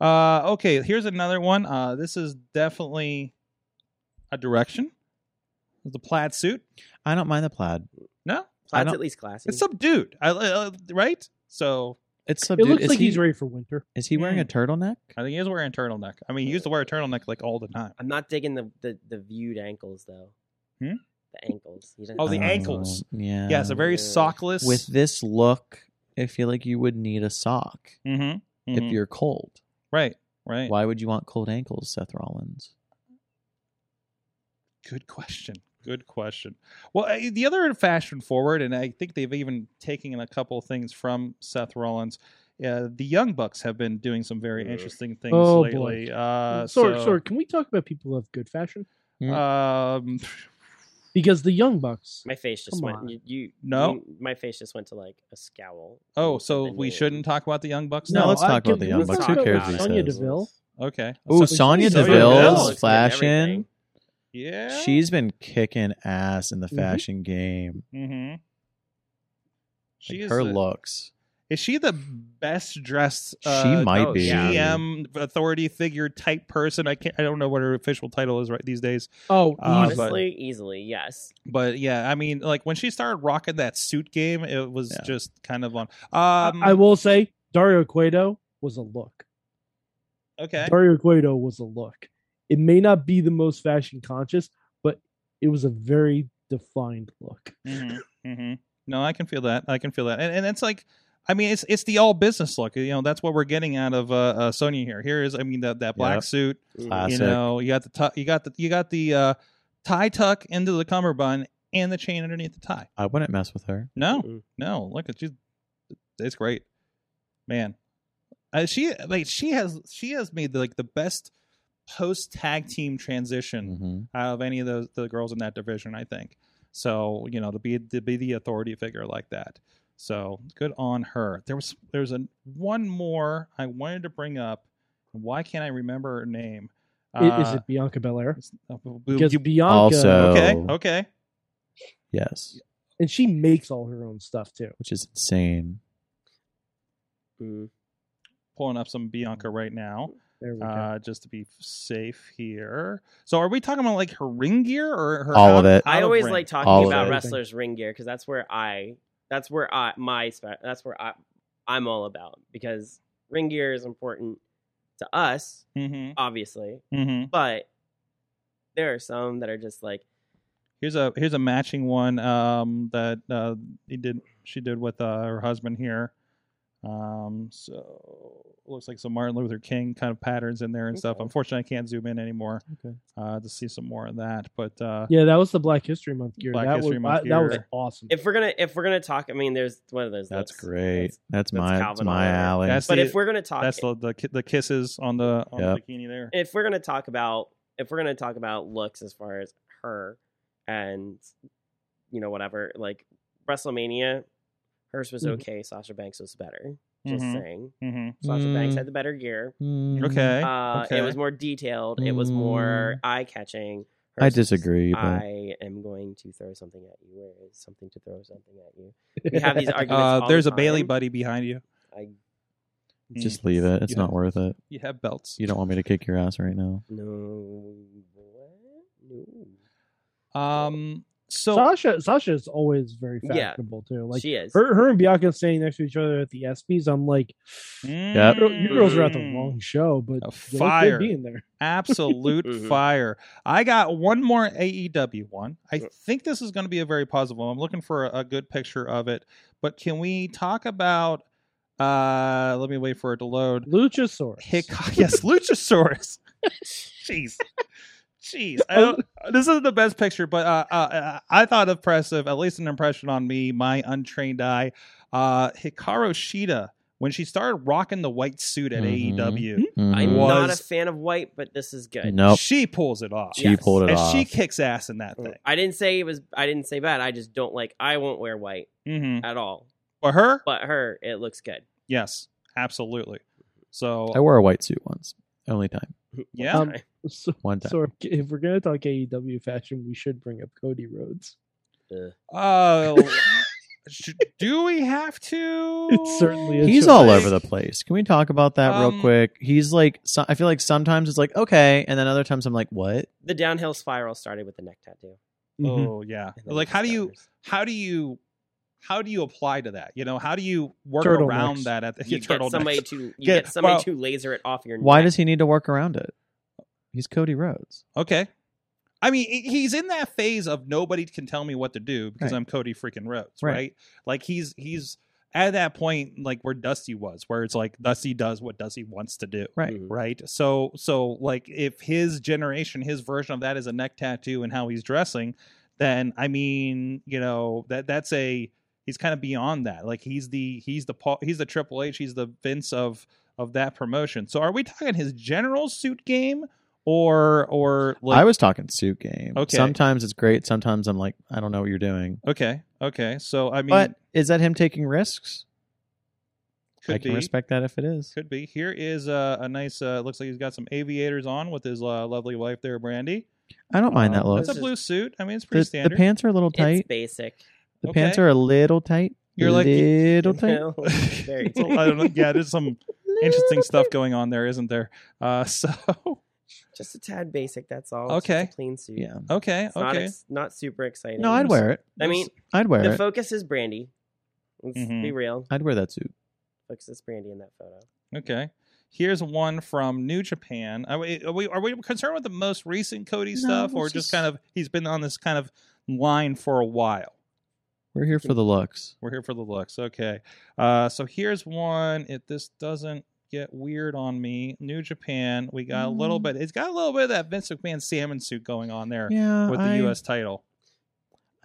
Uh, okay. Here's another one. Uh, this is definitely a direction. The plaid suit. I don't mind the plaid. No, I That's don't- at least classy. it's subdued. I, uh, right. So It's it subdued. looks is like he, he's ready for winter. Is he wearing a turtleneck? I think he is wearing a turtleneck. I mean, he used to wear a turtleneck like all the time. I'm not digging the the, the viewed ankles though. Hmm? The ankles. You didn't- Oh, the I don't ankles. know. Yeah. Yeah, it's a very Yeah. sockless. With this look, I feel like you would need a sock Mhm, mhm. if you're cold. right, right. Why would you want cold ankles, Seth Rollins? Good question. Good question. Well, I- the other fashion forward, and I think they've even taken a couple of things from Seth Rollins. Uh, the Young Bucks have been doing some very Ugh. interesting things Oh, boy. lately. Mm, Uh, sorry, so, sorry. Can we talk about people who have good fashion? Um, Because the Young Bucks. My face just Come went. on. You, you No. you- my face just went to like a scowl. oh, so Then we you- shouldn't talk about the Young Bucks No, now? let's I talk about can- the Young let's Bucks. talk Who about cares what he Sonya says? Deville. Okay. Ooh, So- Sonya Sonya Deville's Deville. flashing. Yeah. She's been kicking ass in the Mhm. fashion game. Mm-hmm. She Like, is her the- looks. Is she the best dressed? She uh, um, might oh, be. yeah. GM authority figure type person. I can't. I don't know what her official title is right these days. Oh, Uh, easily. honestly, easily yes. But yeah, I mean, like when she started rocking that suit game, it was Yeah. just kind of on. I- Um, I will say Dario Cueto was a look. *laughs* okay. Dario Cueto was a look. It may not be the most fashion conscious, but it was a very defined look. hmm No, I can feel that. I can feel that, and and it's like, I mean, it's it's the all business look. You know, that's what we're getting out of uh, uh Sonya here. Here is, I mean, that that black Yep. suit. Classic. You know, you got the tu- you got the you got the uh, tie tuck into the cummerbund and the chain underneath the tie. I wouldn't mess with her. No, Mm-mm. no. Look at you. It's great, man. Uh, she like she has she has made like the best post tag team transition hmm Mm-hmm. out of any of those the girls in that division. I think so. You know to be to be the authority figure like that. So good on her. There was there's a one more I wanted to bring up. Why can't I remember her name? Uh, I- Is it Bianca Belair? it's- uh, Because you- Bianca, Also- okay, Oh. okay. Yes, and she makes all her own stuff too. which is insane. Mm. Pulling up some Bianca right now. There we go. uh, just to be safe here. So, are we talking about like her ring gear or her? All out- of it. I out of always ring? like All of talking about it. wrestlers' ring gear because that's where I, that's where I, my, spe- that's where I, I'm all about because ring gear is important to us, Mhm, obviously, mhm. but there are some that are just like Here's a here's a matching one um, that uh, he did. She did with uh, her husband here. Um, so looks like some Martin Luther King kind of patterns in there and stuff. Okay. Unfortunately, I can't zoom in anymore Okay. uh, to see some more of that. But uh, yeah, that was the Black History Month gear. Black that History was Month I- that was gear. awesome. if we're gonna if we're gonna talk. I mean, there's one of those. That's looks. great. That's- That's, that's my that's Calvin my Oliver. alley. That's- but See, if we're gonna talk, that's the, the ki- the kisses on the on Yep. the bikini there. if we're gonna talk about if we're gonna talk about looks as far as her and you know whatever like WrestleMania, hers was Mhm. Mm-hmm. okay. Sasha Banks was better. Just Mhm. saying, hmm Sasha Banks Mm. had the better gear. Mm. Okay. Uh, okay. Mm. It was more detailed. It was more eye catching. I disagree, but I am going to throw something at you. Where is something to throw something at you? We *laughs* have these *laughs* arguments. Uh, all there's the a Bailey time. buddy behind you. I just leave it. It's You not have- worth it. You have belts. You don't want me to kick your ass right now. no. What? No. Um. So Sasha Sasha's always very Yeah. fashionable too. Like she is. her, her and Bianca standing next to each other at the ESPYS. I'm like, Yep. you you girls are at the Mm. wrong show, but A they look good Uh, fire. being there. absolute *laughs* Mhm. fire. I got one more AEW one. Uh. I think this is going to be a very positive one. I'm looking for a, a good picture of it. But can we talk about? Uh, let me wait for it to load. Luchasaurus. Hick, *laughs* yes, *laughs* Luchasaurus. Jeez, jeez. I don't, uh, this isn't the best picture, but uh, uh, uh, I thought impressive, at least an impression on me, my untrained eye. Uh, Hikaru Shida when she started rocking the white suit Mm-hmm. at E Mhm. AEW, I'm Was- not a fan of white, but this is good. Nope. she pulls it off. She Yes. pulled it and off. she kicks ass in Oh. that thing. I didn't say it was. I didn't say bad. I just don't like. I won't wear white Mm-hmm. at all. For her, But her, it looks good. yes, absolutely. So I wore a white suit once. Only time. yeah, Um, So, One time. so if we're gonna talk AEW fashion, we should bring up Cody Rhodes. *laughs* uh, sh- do we have to? It certainly is. He's Sure. all Like- over the place. Can we talk about that Um, real quick? He's like, so, I feel like sometimes it's like okay, and then other times I'm like, what? The downhill spiral started with the neck tattoo. Mhm. Oh yeah. and then Like the how do you scabbers. how do you how do you apply to that? You know, how do you work Turtlenecks. around that at the *laughs* You turtle get somebody to you Get- get, somebody well, to laser it off your. Why neck. does he need to work around it? He's Cody Rhodes. Okay. I mean, he- he's in that phase of nobody can tell me what to do because Right. I'm Cody freaking Rhodes, right. Right. Like he's he's at that point like where Dusty was, where it's like Dusty does what Dusty wants to do. Right. Mhm. Right. So so like if his generation, his version of that is a neck tattoo and how he's dressing, then I mean, you know, that that's a he's kind of beyond that. Like he's the he's the Paul he's the Triple H, he's the Vince of of that promotion. So are we talking his general suit game or or like I was talking suit game. Okay. Sometimes it's great. Sometimes I'm like, I don't know what you're doing. Okay, okay. So I mean but is that him taking risks? could I can be respect that if it is. could be. Here is a, a nice uh looks like he's got some aviators on with his uh, lovely wife there, Brandy. I don't mind Um, that look. That's a This blue suit. I mean it's pretty The, the standard. *laughs* pants are a little It's tight. basic. The Okay. pants are a little tight. You're like- little tight. *laughs* No, very *laughs* Well, tight. I don't know. Yeah, there's some interesting stuff going on there, isn't there? Uh *laughs* so *laughs* Just a tad basic. That's all. It's just Okay. a clean suit. Yeah. okay, It's not okay. ex- not super exciting. No, I'd wear it. I mean, I'd wear the it. focus is Brandy. Let's Mhm. be real. I'd wear that suit. Focus is Brandy in that photo. Okay. Here's one from New Japan. Are we are we, are we concerned with the most recent Cody No, stuff, it's or just just- kind of he's been on this kind of line for a while? We're here for the looks. We're here for the looks. Okay. Uh, so here's one. If this doesn't get weird on me, New Japan, we got a little Mm-hmm. bit. It's got a little bit of that Vince McMahon salmon suit going on there Yeah, with the I, U.S. title.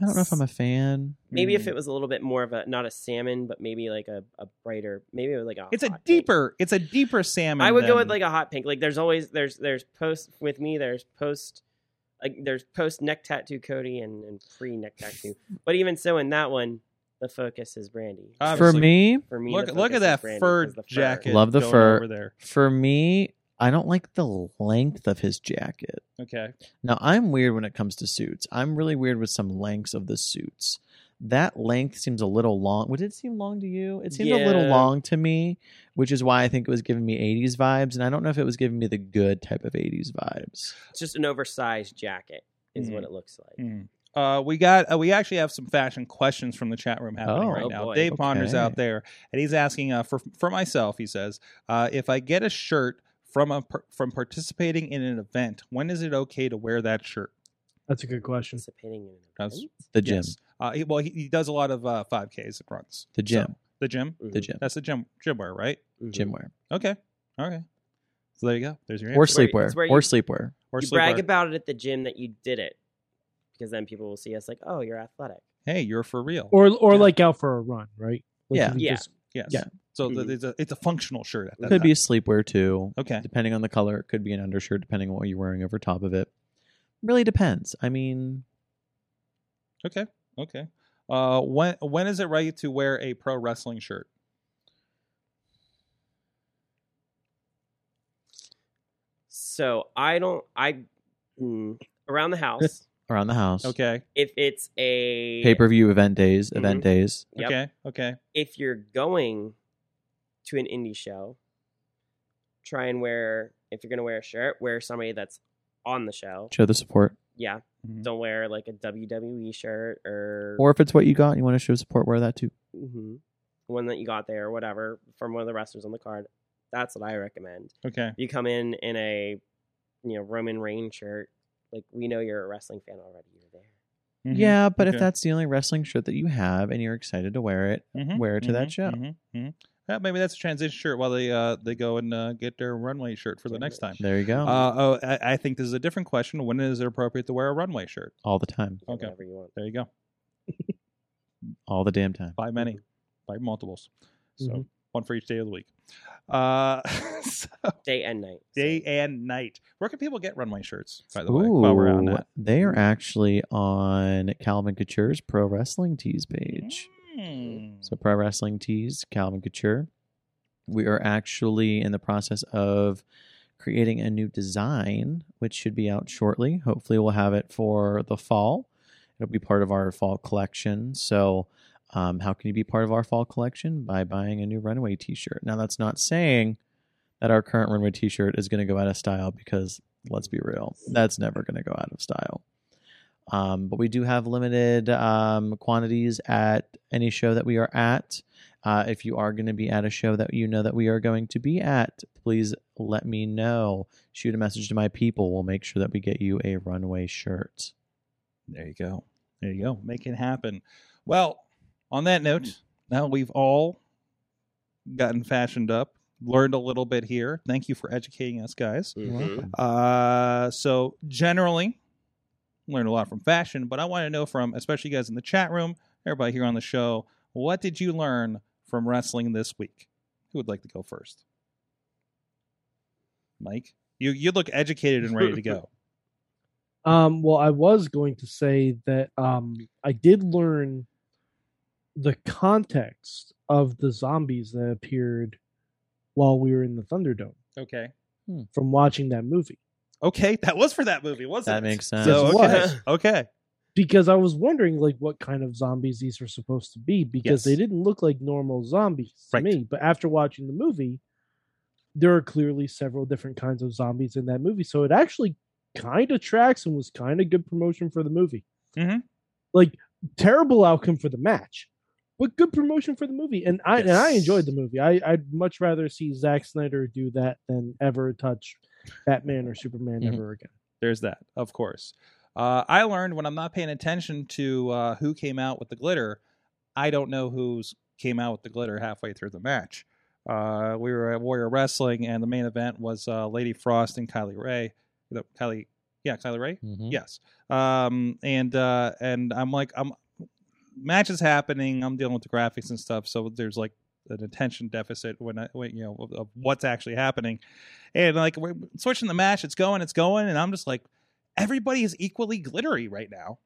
I don't know if I'm a fan. Maybe if Mm. it was a little bit more of a not a salmon, but maybe like a, a brighter, maybe like a. It's a hot pink. deeper. It's a deeper salmon. I would go than- with like a hot pink. Like there's always there's there's post with me. There's post like there's post neck tattoo Cody and and pre neck tattoo. But even so, in that one, the focus is Brandy. Obviously. For me, For me, look. the Look at focus is that Brandy fur 'cause the jacket. Love the going fur. over there. for me, I don't like the length of his jacket. Okay. Now, I'm weird when it comes to suits. I'm really weird with some lengths of the suits. That length seems a little long. Would it seem long to you? It seemed a little Yeah. long to me, which is why I think it was giving me 80s vibes. And I don't know if it was giving me the good type of 80s vibes. It's just an oversized jacket is what it looks like. Mm. Uh, we got uh, we actually have some fashion questions from the chat room happening Oh. right Oh, now. boy. Dave Ponder's Okay. out there, and he's asking uh, for for myself. He says, uh, "If I get a shirt from a par- from participating in an event, when is it okay to wear that shirt?" That's a good question. Participating in an That's- event? The gym. Yes. Uh, he, well, he, he does a lot of uh, 5Ks and runs. The gym. So, the gym. the gym. That's the gym gym wear, right? Mhm. Gym wear. Okay. Okay. So there you go. There's your Or answer. where you- sleepwear. it's where you- Or sleepwear. Or you sleepwear. brag about it at the gym that you did it, because then people will see us like, oh, you're athletic. hey, you're for real. Or or Yeah. like out for a run, right? Like Yeah. you can Yeah. just- yes. yeah. So the- Mhm. it's a it's a functional shirt at that Could be time. a sleepwear too. Okay. depending on the color it could be an undershirt depending on what you're wearing over top of it really depends i mean Okay. Okay. Uh, when when is it right to wear a pro wrestling shirt? So I don't. I mm, around the house. around the house. Okay. Mm-hmm. if it's a Pay per view event days, event Mhm. days. Yep. Okay. Okay. if you're going to an indie show, try and wear if you're gonna wear a shirt, wear somebody that's on the show. Show the support. Yeah. Mhm. Don't wear like a WWE shirt or, Or if it's what you got and you want to show support, wear that too. Mhm. one that you got there or whatever from one of the wrestlers on the card. That's what I recommend. Okay. You come in in a you know Roman Reign shirt, like we know you're a wrestling fan already. You're there. Mhm. Yeah, but Okay. if that's the only wrestling shirt that you have and you're excited to wear it, Mhm, wear it to that show. mhm, mhm. Yeah, maybe that's a transition shirt while they uh, they go and uh, get their runway shirt for the next time. there you go. Uh, oh, I, I think this is a different question. When is it appropriate to wear a runway shirt? all the time. You can Okay. Whatever you want. There you go. All the damn time. Buy many, Mm-hmm. buy multiples. So Mhm. one for each day of the week. Uh, *laughs* so Day and night. So day and night. Where can people get runway shirts? By the way, while we're on Ooh, that. Mm-hmm. They are actually on Calvin Couture's Pro Wrestling Tees page. Mm. So Pro Wrestling Tees, Calvin Couture. We are actually in the process of creating a new design, which should be out shortly. Hopefully, we'll have it for the fall. It'll be part of our fall collection. So, um, how can you be part of our fall collection? By buying a new runway t shirt. Now, that's not saying that our current runway t shirt is going to go out of style because let's be real, that's never going to go out of style. Um, but we do have limited um, quantities at any show that we are at. Uh, if you are going to be at a show that you know that we are going to be at, please let me know. Shoot a message to my people. We'll make sure that we get you a runway shirt. There you go. There you go. Make it happen. Well, on that note, now we've all gotten fashioned up, learned a little bit here. Thank you for educating us, guys. Mhm. Uh, so generally, learned a lot from fashion, but I want to know from, especially you guys in the chat room, everybody here on the show, what did you learn from wrestling this week? Who would like to go first? Mike, you you look educated and ready to go. Um, well, I was going to say that um, I did learn the context of the zombies that appeared while we were in the Thunderdome okay. from watching that movie. Okay, that was for that movie, wasn't That it? makes sense. So, okay. Yes, it *laughs* okay. Because I was wondering, like, what kind of zombies these were supposed to be, Yes. because they didn't look like normal zombies to Right. me. But after watching the movie, there are clearly several different kinds of zombies in that movie. So it actually kind of tracks and was kind of good promotion for the movie. Mhm. Like, terrible outcome for the match, but good promotion for the movie. And I and I Yes. enjoyed the movie. I, I'd much rather see Zack Snyder do that than ever touch Batman or Superman Mm-hmm. Mhm. ever again. There's that, of course. Uh, I learned when I'm not paying attention to uh, who came out with the glitter, I don't know who's came out with the glitter halfway through the match. Uh, we were at Warrior Wrestling, and the main event was uh, Lady Frost and Kylie Ray. No, Kylie, yeah, Kylie Ray. Mhm. Yes. Um, and uh, and I'm like, I'm match is happening. I'm dealing with the graphics and stuff, so there's like an attention deficit when I, when, you know, of, of what's actually happening. And like we're switching the match, it's going, it's going, and I'm just like, everybody is equally glittery right now.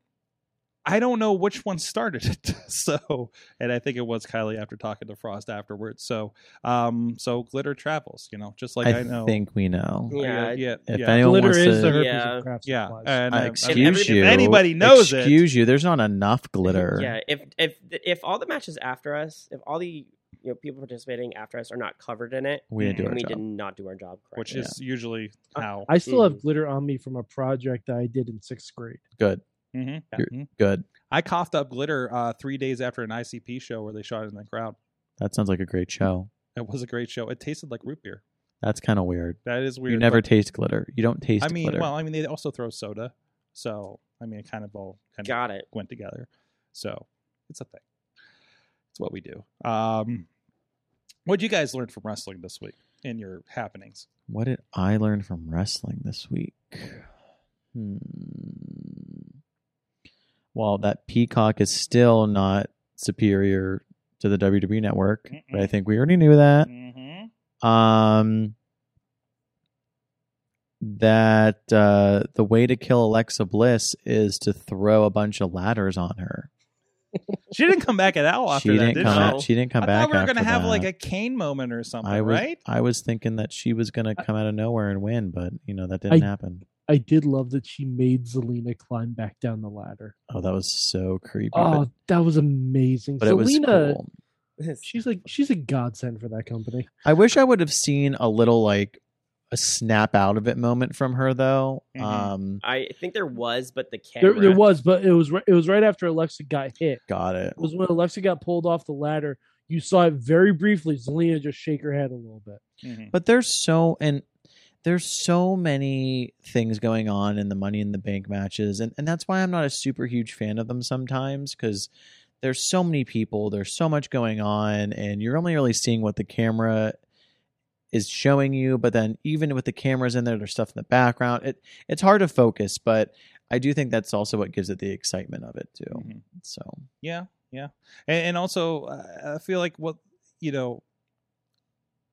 I don't know which one started it. *laughs* so, and I think it was Kylie after talking to Frost afterwards. So, um, so glitter travels, you know, just like I, I, know. think we know. yeah, Yeah, yeah, If yeah. anyone Glitter wants is the to, herpes Yeah. of craft Yeah, supplies. and Uh, I'm- excuse if, you. If anybody knows it, excuse you. There's not *laughs* enough glitter. Yeah, if if if all the matches after us, if all the you know people participating after us are not covered in it, We didn't do then our we job. did not do our job correctly. which is usually how. I still Mm-hmm. have Mhm. glitter on me from a project that I did in sixth grade. Good. Mhm. Yeah. You're- Mhm. Good. I coughed up glitter uh, three days after an ICP show where they shot it in the crowd. That sounds like a great show. It was a great show. It tasted like root beer. That's kind of weird. That is weird. You never but- taste glitter. You don't taste I mean, glitter. well, I mean, they also throw soda, so I mean, it kind of all kind of Got it. went together. So it's a thing. It's what we do. Um, what would you guys learn from wrestling this week in your happenings? What did I learn from wrestling this week? Hmm. Well, that Peacock is still not superior to the WWE network, but I Mm-mm. think we already knew that. Mm-hmm. Um, that uh, the way to kill Alexa Bliss is to throw a bunch of ladders on her. She didn't come back at all Oh, after she that, didn't did come. she? Out, she didn't come I back. thought we were after gonna have that. like a cane moment or something, I was, right? I was thinking that she was going to come out of nowhere and win, but you know that didn't happen. I did love that she made Zelina climb back down the ladder. Oh, that was so creepy. Oh, but that was amazing. but it was Zelina, cool. she's like she's a godsend for that company. I wish I would have seen a little like a snap out of it moment from her though. Mhm. Um, I think there was, but the camera. There, there was, but it was right, it was right after Alexa got hit. got it. It was when Alexa got pulled off the ladder. You saw it very briefly. Zelina just shake her head a little bit. Mm-hmm. But there's so and there's so many things going on in the Money in the Bank matches, and and that's why I'm not a super huge fan of them sometimes because there's so many people, there's so much going on, and you're only really seeing what the camera is showing you. But then even with the cameras in there, there's stuff in the background. It it's hard to focus, but I do think that's also what gives it the excitement of it too. Mhm. So Yeah, yeah, and, and also uh, I feel like what you know,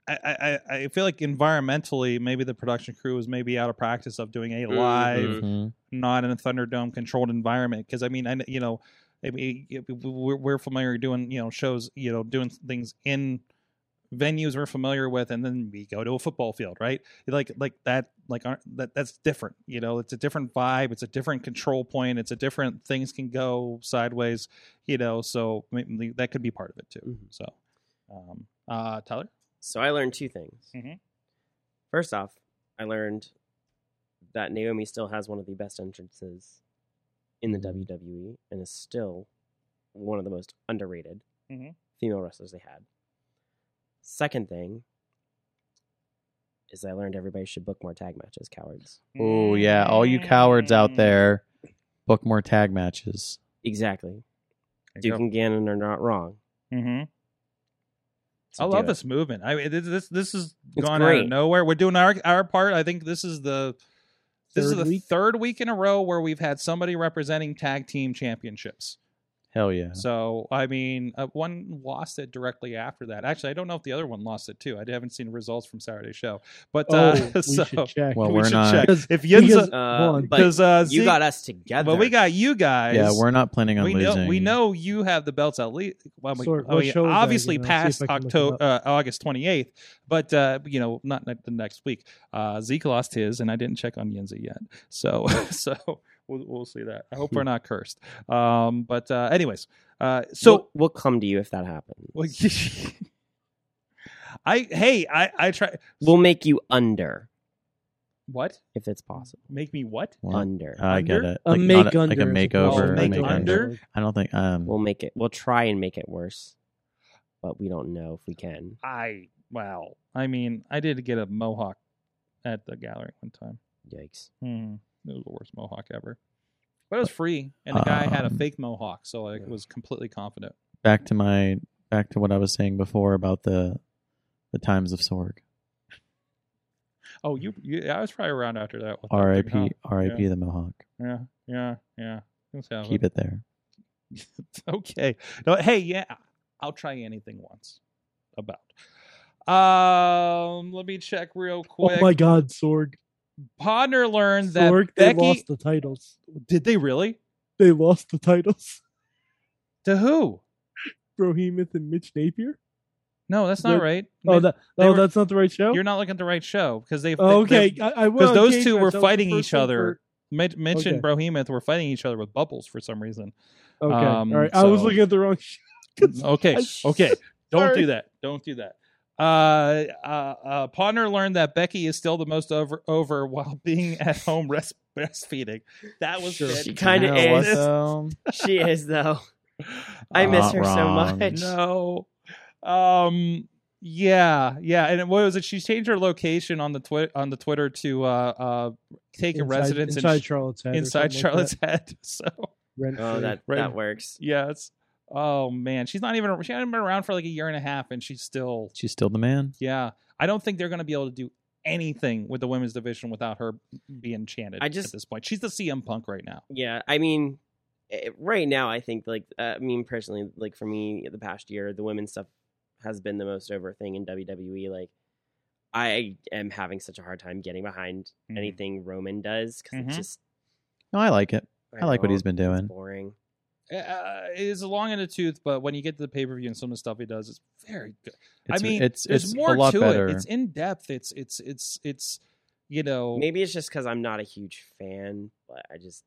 I, I I- I feel like environmentally maybe the production crew was maybe out of practice of doing Mm-hmm. a live, Mhm. not in a Thunderdome controlled environment. Because I mean, I kn- you know, I mean, y- y- we're, we're familiar doing you know shows, you know, doing things in venues we're familiar with, and then we go to a football field, right? Like like that like aren't- that that's different. You know, it's a different vibe, it's a different control point, it's a different things can go sideways you know so I mean, that could be part of it too Mhm. so um uh tyler So I learned two things. Mhm. First off, I learned that Naomi still has one of the best entrances in the Mm-hmm. WWE and is still one of the most underrated Mhm. female wrestlers they had. Second thing is I learned everybody should book more tag matches, cowards. oh yeah, all you cowards out there, book more tag matches. Exactly. Duke and Gannon are not wrong. mm-hmm. So i do love it. this movement i mean this this, this is It's gone out great. of nowhere we're doing our our part i think this is the this is Third the week? third week in a row where we've had somebody representing tag team championships Hell yeah. so i mean uh, one lost it directly after that actually i don't know if the other one lost it too i haven't seen results from saturday's show but *laughs* Oh, uh *laughs* we so should check. Well, we we're should not. check. Because- if Yinza, because- Uh, One. but because uh, you Zeke- got us together. But we got you guys. Yeah, we're not planning on we losing. know we know you have the belts at least. Well, we, Sorry, oh, what yeah, show is that obviously again? I'll past see if I can look it October uh, August twenty eighth, but uh, you know not ne- the next week. Uh, Zeke lost his, and I didn't check on Yenzi yet, so *laughs* so we'll, we'll see that. I hope we're not cursed. Um, but uh, anyways, uh, so we'll, we'll come to you if that happens. well, *laughs* I hey I I try We'll make you under what if it's possible. make me what Uh, Well, Under. I get Under? it. a Like, make not a- like a under is a makeover, problem. a a make make under. I don't think. Um, We'll make it. We'll try and make it worse, but we don't know if we can. I wow I mean I did get a mohawk at the gallery one time. Yikes! Hmm. It was the worst mohawk ever. But it was free, and the guy had a Um, fake mohawk, so I yeah. was completely confident. back to my back to what I was saying before about the the times of Sorg. Oh, you, you I was probably around after that. with that R.I.P. thing, R.I.P. The Mohawk. huh? Yeah, yeah, yeah. Let's have Keep it there. *laughs* okay. No, hey, yeah, I'll try anything once. About. Um, let me check real Oh quick. my God, Sorg! Podner learned that Sorg, they Becky lost the titles. did they really They lost the titles. *laughs* to who? Brohemoth and Mitch Napier. No, that's not The- right. Oh, that, They oh, were- that's not the right show. You're not looking at the right show because they've Oh, they- okay, they've- because I, I will 'cause those engage two were myself the fighting first each one other. Mitch, Mitch and Okay. Brohemoth were fighting each other with bubbles for some reason. for- okay, Um, all right. I was so- looking at the wrong. show. *laughs* Okay, I- *laughs* okay, don't Sorry. do that. Don't do that. Uh, uh, uh, Ponder learned that Becky is still the most over over while being at home rest, breastfeeding. That was Sure. it. She kinda You know what, is. though? *laughs* she is though. *laughs* I miss Not her so wrong. much. No. Um. Yeah. Yeah. And what was it? She changed her location on the twit on the Twitter to uh uh take a Inside- residence in inside Sh- Charlotte's head. or inside something like Charlotte's that. uh, head. *laughs* So. Rent-free. Oh, that Right. that works. Yes. Oh man, she's not even she hasn't been around for like a year and a half, and she's still She's still the man. yeah. I don't think they're going to be able to do anything with the women's division without her being chanted. I just- at this point, she's the CM Punk right now. Yeah, I mean, eh, right now I think like uh, I mean personally, like for me, the past year, the women's stuff has been the most over thing in WWE. Like, I am having such a hard time getting behind Mm-hmm. Mhm. anything Roman does because Mhm. it's just No, I like it. Mm-hmm. I like what don't- he's been doing. It's boring. Uh, it is long in the tooth, but when you get to the pay per view and some of the stuff he does, it's very good. It's, I mean, it's there's it's more a lot to better. it. It's in depth. It's it's it's it's you know, Maybe it's just because I'm not a huge fan, but I just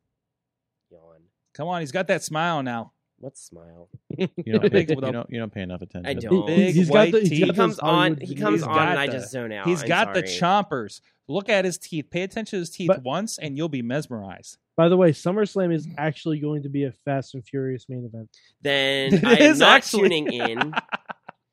yawn. come on, he's got that smile now. What smile? You don't, pay, Big you with a- don't, you don't pay enough attention. I don't. Big He's white got the- he's teeth. He got comes those on. Hollywood He comes He's on, and got I the- just zone out. He's I'm got the sorry. chompers. Look at his teeth. Pay attention to his teeth But- once, and you'll be mesmerized. By the way, SummerSlam is actually going to be a Fast and Furious main event. *laughs* Then It I am is not actually- *laughs* tuning in.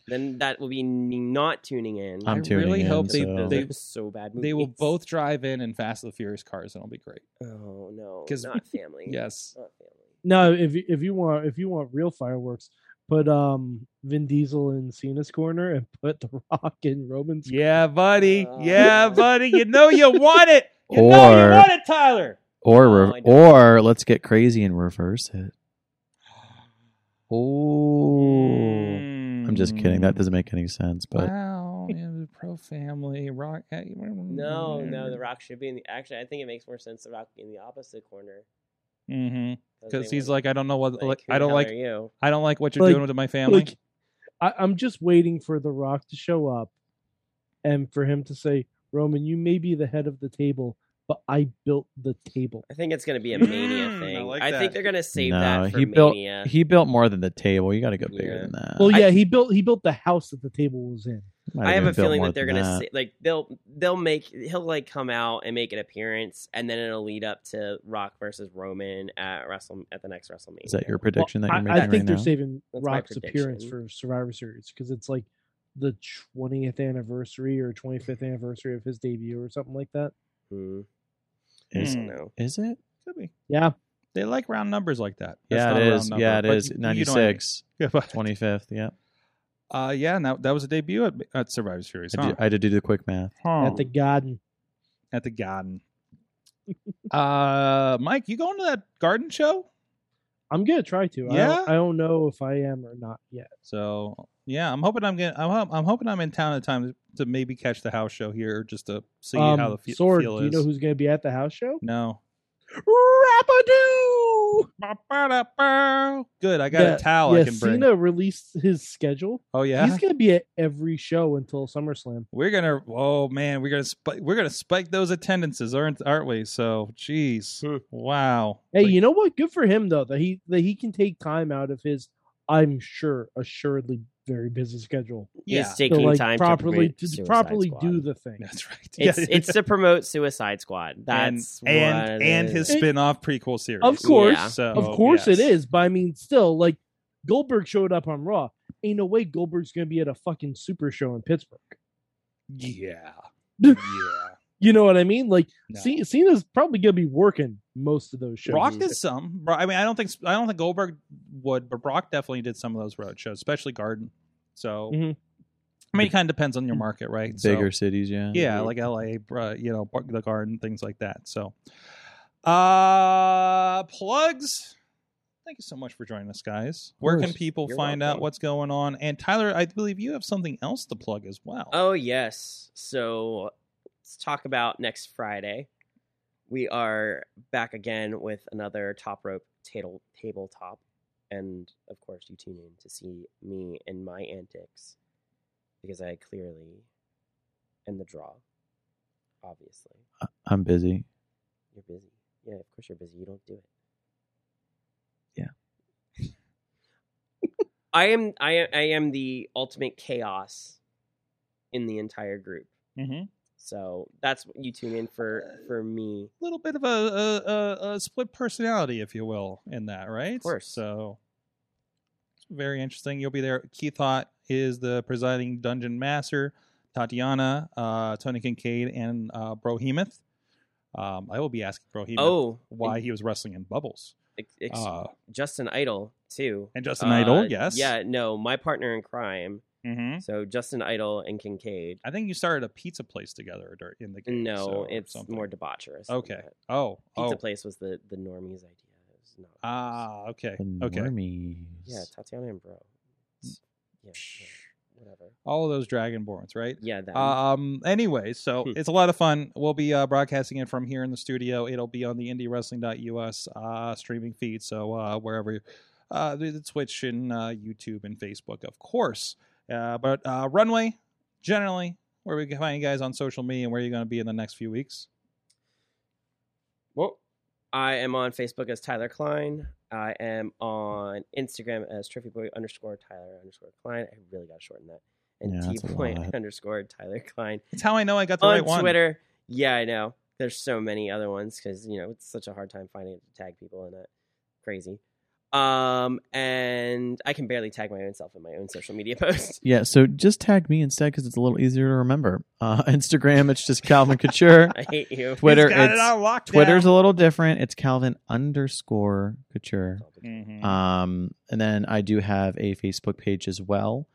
then that will be n- not tuning in. I'm I tuning really in, hope they- so- Those they- are so bad. They will movies. both drive in in Fast and the Furious cars, and it'll be great. Oh no! 'Cause- *laughs* not family. Yes. Not family. No, if you- if you want if you want real fireworks, put um Vin Diesel in Cena's corner and put The Rock in Roman's. Yeah, buddy. Uh. Yeah, buddy. You know you want *laughs* it. You know you Or- want it, Tyler. Or No, re- I don't. or let's get crazy and reverse *gasps* it. Oh, I'm just kidding. That doesn't make any sense. But Hmm. Wow, yeah, the pro family rock. eh, No, Mm. no. The mm-hmm. Rock should be in the. Actually, I think it makes more sense. The Rock in the opposite corner mm-hmm. they because he's were like, I don't know what, like, who I the don't hell like, are you. I don't like what you're Like- doing to my family. Like, I, I'm just waiting for The Rock to show up, and for him to say, "Roman, you may be the head of the table, but I built the table." I think it's going to be a mania Mm, I thing. I, like think that. they're going to save no, that for he built mania. he built more than the table. You got to go bigger Yeah. than that. Well, yeah, he built he built the house that the table was in. Might I have even a built feeling more that they're than gonna that. say, like they'll they'll make he'll like come out and make an appearance, and then it'll lead up to Rock versus Roman at Wrestle at the next WrestleMania. Is that your prediction Well, that you're I, I making think right they're now? saving That's my Rock's appearance for prediction. Survivor Series because it's like the 20th anniversary or 25th anniversary of his debut or something like that. Hmm. is, I don't know. is it? Could be. Yeah, Hmm. They like round numbers like that. That's Yeah, not it a round is. number, yeah, it but is. you- you know what I mean. 96, Yeah, but- 25th. Yeah. Uh, yeah, and that, that was a debut at, at Survivor Series. I Huh? did, I did do the quick math. Huh. at the Garden. at the *laughs* garden. uh, Mike, you going to that garden show? I'm gonna try to. I, Yeah? don't, I don't know if I am or not yet. So yeah, I'm hoping I'm getting. I'm, hop- I'm hoping I'm in town at time to maybe catch the house show here just to see how the fe- Sword, feel Um, do you is. know who's gonna be at the house show? no. Rapadoo. Ba-ba-da-ba. Good, I got Yeah, a towel yeah, I can bring. Cena released his schedule. oh yeah, He's gonna be at every show until SummerSlam. we're gonna. Oh man, we're gonna spike. We're gonna spike those attendances, aren't aren't we? So, jeez, Hmm. wow. Hey, Like, you know what? Good for him though that he that he can take time out of his. I'm sure, assuredly, very busy schedule yeah, He's taking to like time properly to, promote Suicide properly Squad. do the thing. *laughs* that's right. It's Yeah. it's to promote Suicide Squad. That's *laughs* and what and, it and is. his spin-off prequel series. Of course. Yeah. So, of course it Oh, yes. is, but I mean, still, like Goldberg showed up on Raw. Ain't no way Goldberg's gonna be at a fucking super show in Pittsburgh. *laughs* Yeah. Yeah. yeah. You know what I mean? Like No. C- Cena's probably gonna be working most of those shows. Brock did some. Bro- I mean, I don't think I don't think Goldberg would, but Brock definitely did some of those road shows, especially Garden. So, Mhm. I mean, it kind of depends on your market, right? So- Bigger cities, yeah. yeah, like LA, uh, you know, Bar- the Garden, things like that. So, uh, plugs. Thank you so much for joining us, guys. Where can course. people You're find out welcome. what's going on? And Tyler, I believe you have something else to plug as well. Oh yes. So let's talk about next Friday. We are back again with another top rope table tabletop, and of course you tune in to see me and my antics because I clearly am the draw. Obviously, I'm busy. you're busy. Yeah, of course you're busy. You don't do it. Yeah. *laughs* I am. I am. I am the ultimate chaos in the entire group. Mm-hmm. So that's what you tune in for Uh, for me. little bit of a, a, a, a split personality, if you will, in that, right? Of course. So very interesting. You'll be there. Keith Hott is the presiding dungeon master. Tatiana, uh, Tony Kincaid, and uh, Brohemoth. Um, I will be asking Brohemoth Oh, why he was wrestling in bubbles. ex- ex- Uh, Justin Idol too. and Justin Uh, Idol, yes. Yeah, no, my partner in crime. hmm So Justin Idol and Kincaid. I think you started a pizza place together dur- in the game. No, so, or it's something. more debaucherous. than Okay. that. Oh, Pizza oh. place was the the normies idea. It was not. Ah, okay. The Okay. normies. Yeah, Tatiana and Bro. It's- Yeah, yeah, whatever. All of those Dragonborns, right? Yeah, that. Um. Anyway, so Hmm. it's a lot of fun. We'll be uh, broadcasting it from here in the studio. It'll be on the IndieWrestling.us uh, streaming feed. So uh, wherever, uh, the, the Twitch and uh, YouTube and Facebook, of course. Uh, but uh, runway generally where we can find you guys on social media and where you're going to be in the next few weeks. Well, I am on Facebook as Tyler Klein. I am on Instagram as trophyboy underscore Tyler underscore Klein. I really got to shorten that. Yeah, And T that's a point lot. underscore Tyler Klein. It's how I know I got the on right one. Twitter. Yeah, I know. There's so many other ones because, you know, it's such a hard time finding it to tag people in it. Crazy. Um, and I can barely tag my own self in my own social media *laughs* posts. Yeah, so just tag me instead because it's a little easier to remember. Uh, *laughs* Instagram, it's just Calvin Couture. *laughs* I *laughs* hate you. Twitter, He's got it it's- on lockdown. Twitter's a little different. It's Calvin underscore Couture. Mhm. Um, and then I do have a Facebook page as well.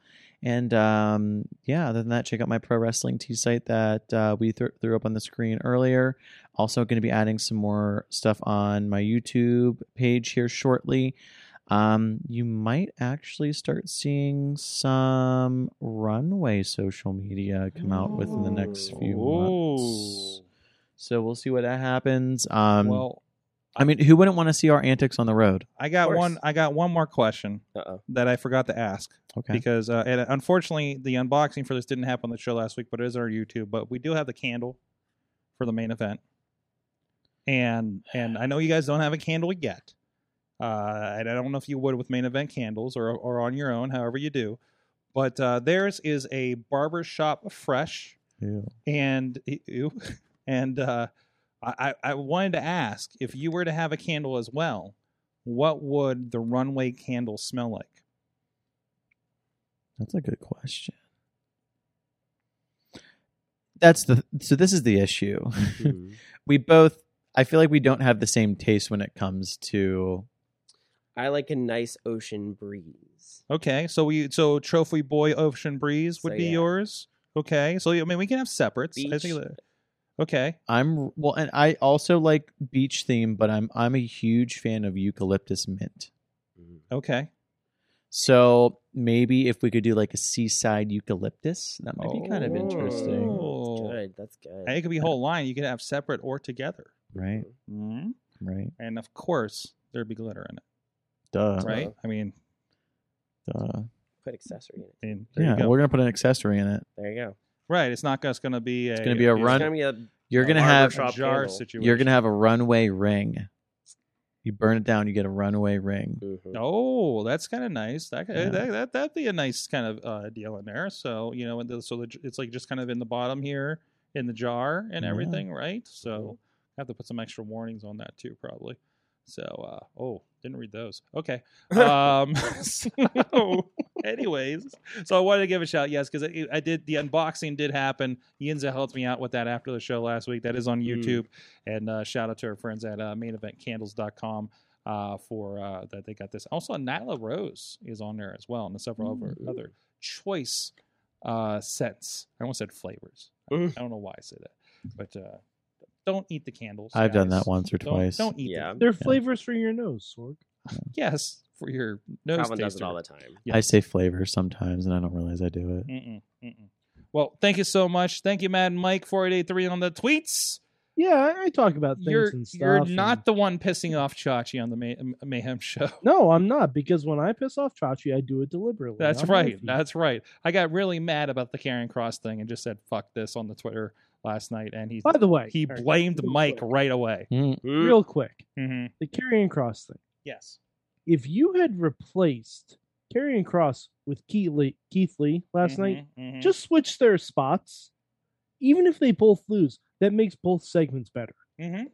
And um, yeah, other than that, check out my pro wrestling tee site that uh, we th- threw up on the screen earlier. Also, going to be adding some more stuff on my YouTube page here shortly. Um, you might actually start seeing some runway social media come out within the next few months. Ooh. So we'll see what that happens. Um, well, I mean, who wouldn't want to see our antics on the road? I got course. one. I got one more question Uh-oh. that I forgot to ask Okay. because, uh, and unfortunately, the unboxing for this didn't happen on the show last week, but it is on our YouTube. But we do have the candle for the main event, and and I know you guys don't have a candle yet. Uh, and I don't know if you would with main event candles or or on your own, however you do. But uh, theirs is a barbershop fresh Ew. and e, ew, *laughs* and uh, I, I I wanted to ask if you were to have a candle as well, what would the runway candle smell like? That's a good question. That's the so this is the issue. Mm-hmm. *laughs* we both I feel like we don't have the same taste when it comes to I like a nice ocean breeze. Okay, so we so trophy boy ocean breeze would So, be yeah. yours. Okay, so I mean we can have separates. I think Beach. that- okay, I'm well and I also like beach theme, but I'm I'm a huge fan of eucalyptus mint. okay, So maybe if we could do like a seaside eucalyptus, that might be kind of interesting. Oh. Good. That's good. and it could be whole line. You could have separate or together, Right, Mm-hmm. mm right. and of course there'd be glitter in it, Duh. right? I mean, Duh. Put accessory in it. I mean, there you Yeah, go. we're gonna put an accessory in it. There you go. right? It's not just going to be a, it's gonna be a It's Run- gonna be a You're A gonna have barbershop jar candle. situation. You're gonna have a runway ring. You burn it down, you get a runway ring. mhm. Oh, that's kind of nice. That, could Mm-hmm. Yeah. that that that'd be a nice kind of uh, deal in there. So you know, and the, so the, j- it's like just kind of in the bottom here in the jar and Yeah. Mm-hmm. everything, right? So I have to put some extra warnings on that too, probably. So uh, oh, didn't read those. *laughs* Okay. Um, *laughs* Oh. so, *laughs* anyways, so I wanted to give a shout, yes, because I did the unboxing did happen. Yinza helped me out with that after the show last week. That is on Mm. YouTube, and uh, shout out to our friends at uh, maineventcandles.com uh, for uh, that they got this. Also, Nyla Rose is on there as well, and several other, Mm. other choice uh, scents. I almost said flavors. I- Mm. I don't know why I said that, but uh, don't eat the candles. I've done guys. that once or Don't- twice. Don't, eat. Yeah. them. They're flavors for your nose, Sorg. Yes, for your nose. Calvin does it taster. all the time. I say flavor sometimes, and I don't realize I do it. Mm-mm, mm-mm. Well, thank you so much. Thank you, Mad Mike four eight eight three on the tweets. Yeah, I, I talk about things You're and stuff. you're and- not the one pissing off Chachi on the May- Mayhem show. *laughs* No, I'm not because when I piss off Chachi, I do it deliberately. That's I'm right. lazy. That's right. I got really mad about the Karen Cross thing and just said "fuck this" on the Twitter last night, and he By the way, he Eric, blamed real Mike quick. right away. real quick. Mm-hmm. The carrying cross thing. Yes. If you had replaced carrying cross with Keith Lee, Keith Lee last night, Mhm, mhm. just switch their spots. Even if they both lose, that makes both segments better Mhm.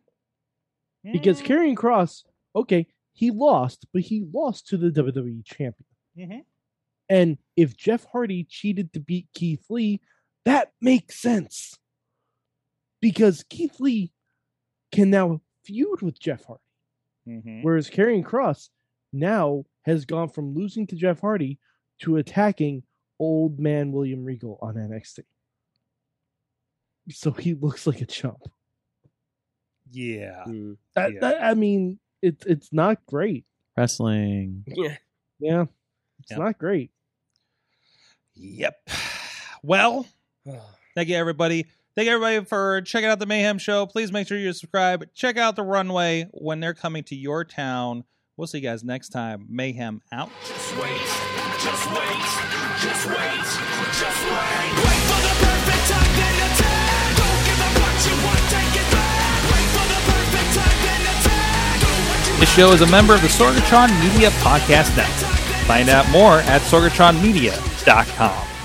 because Mm-hmm. Mm. carrying cross. Okay, he lost, but he lost to the WWE champion. Mhm. And if Jeff Hardy cheated to beat Keith Lee, that makes sense. Because Keith Lee can now feud with Jeff Hardy. Mhm. Whereas Karrion Cross now has gone from losing to Jeff Hardy to attacking old man William Regal on NXT. So he *laughs* looks like a chump. Yeah. Mm. That, Yeah. that- I mean, it's it's not great. Wrestling. Yeah. Yeah. It's Yeah. not great. Yep. Well, thank you everybody. Thank you everybody for checking out the Mayhem Show. Please make sure you subscribe. Check out the runway when they're coming to your town. We'll see you guys next time. Mayhem out. Just wait, just wait, just wait, just wait. Wait for the perfect time, then attack. Don't give up what you want, take it back. Wait for the perfect time, then attack. Do what you This show is a member of the Sorgatron Media Podcast Network. Find out more at sorgatronmedia.com.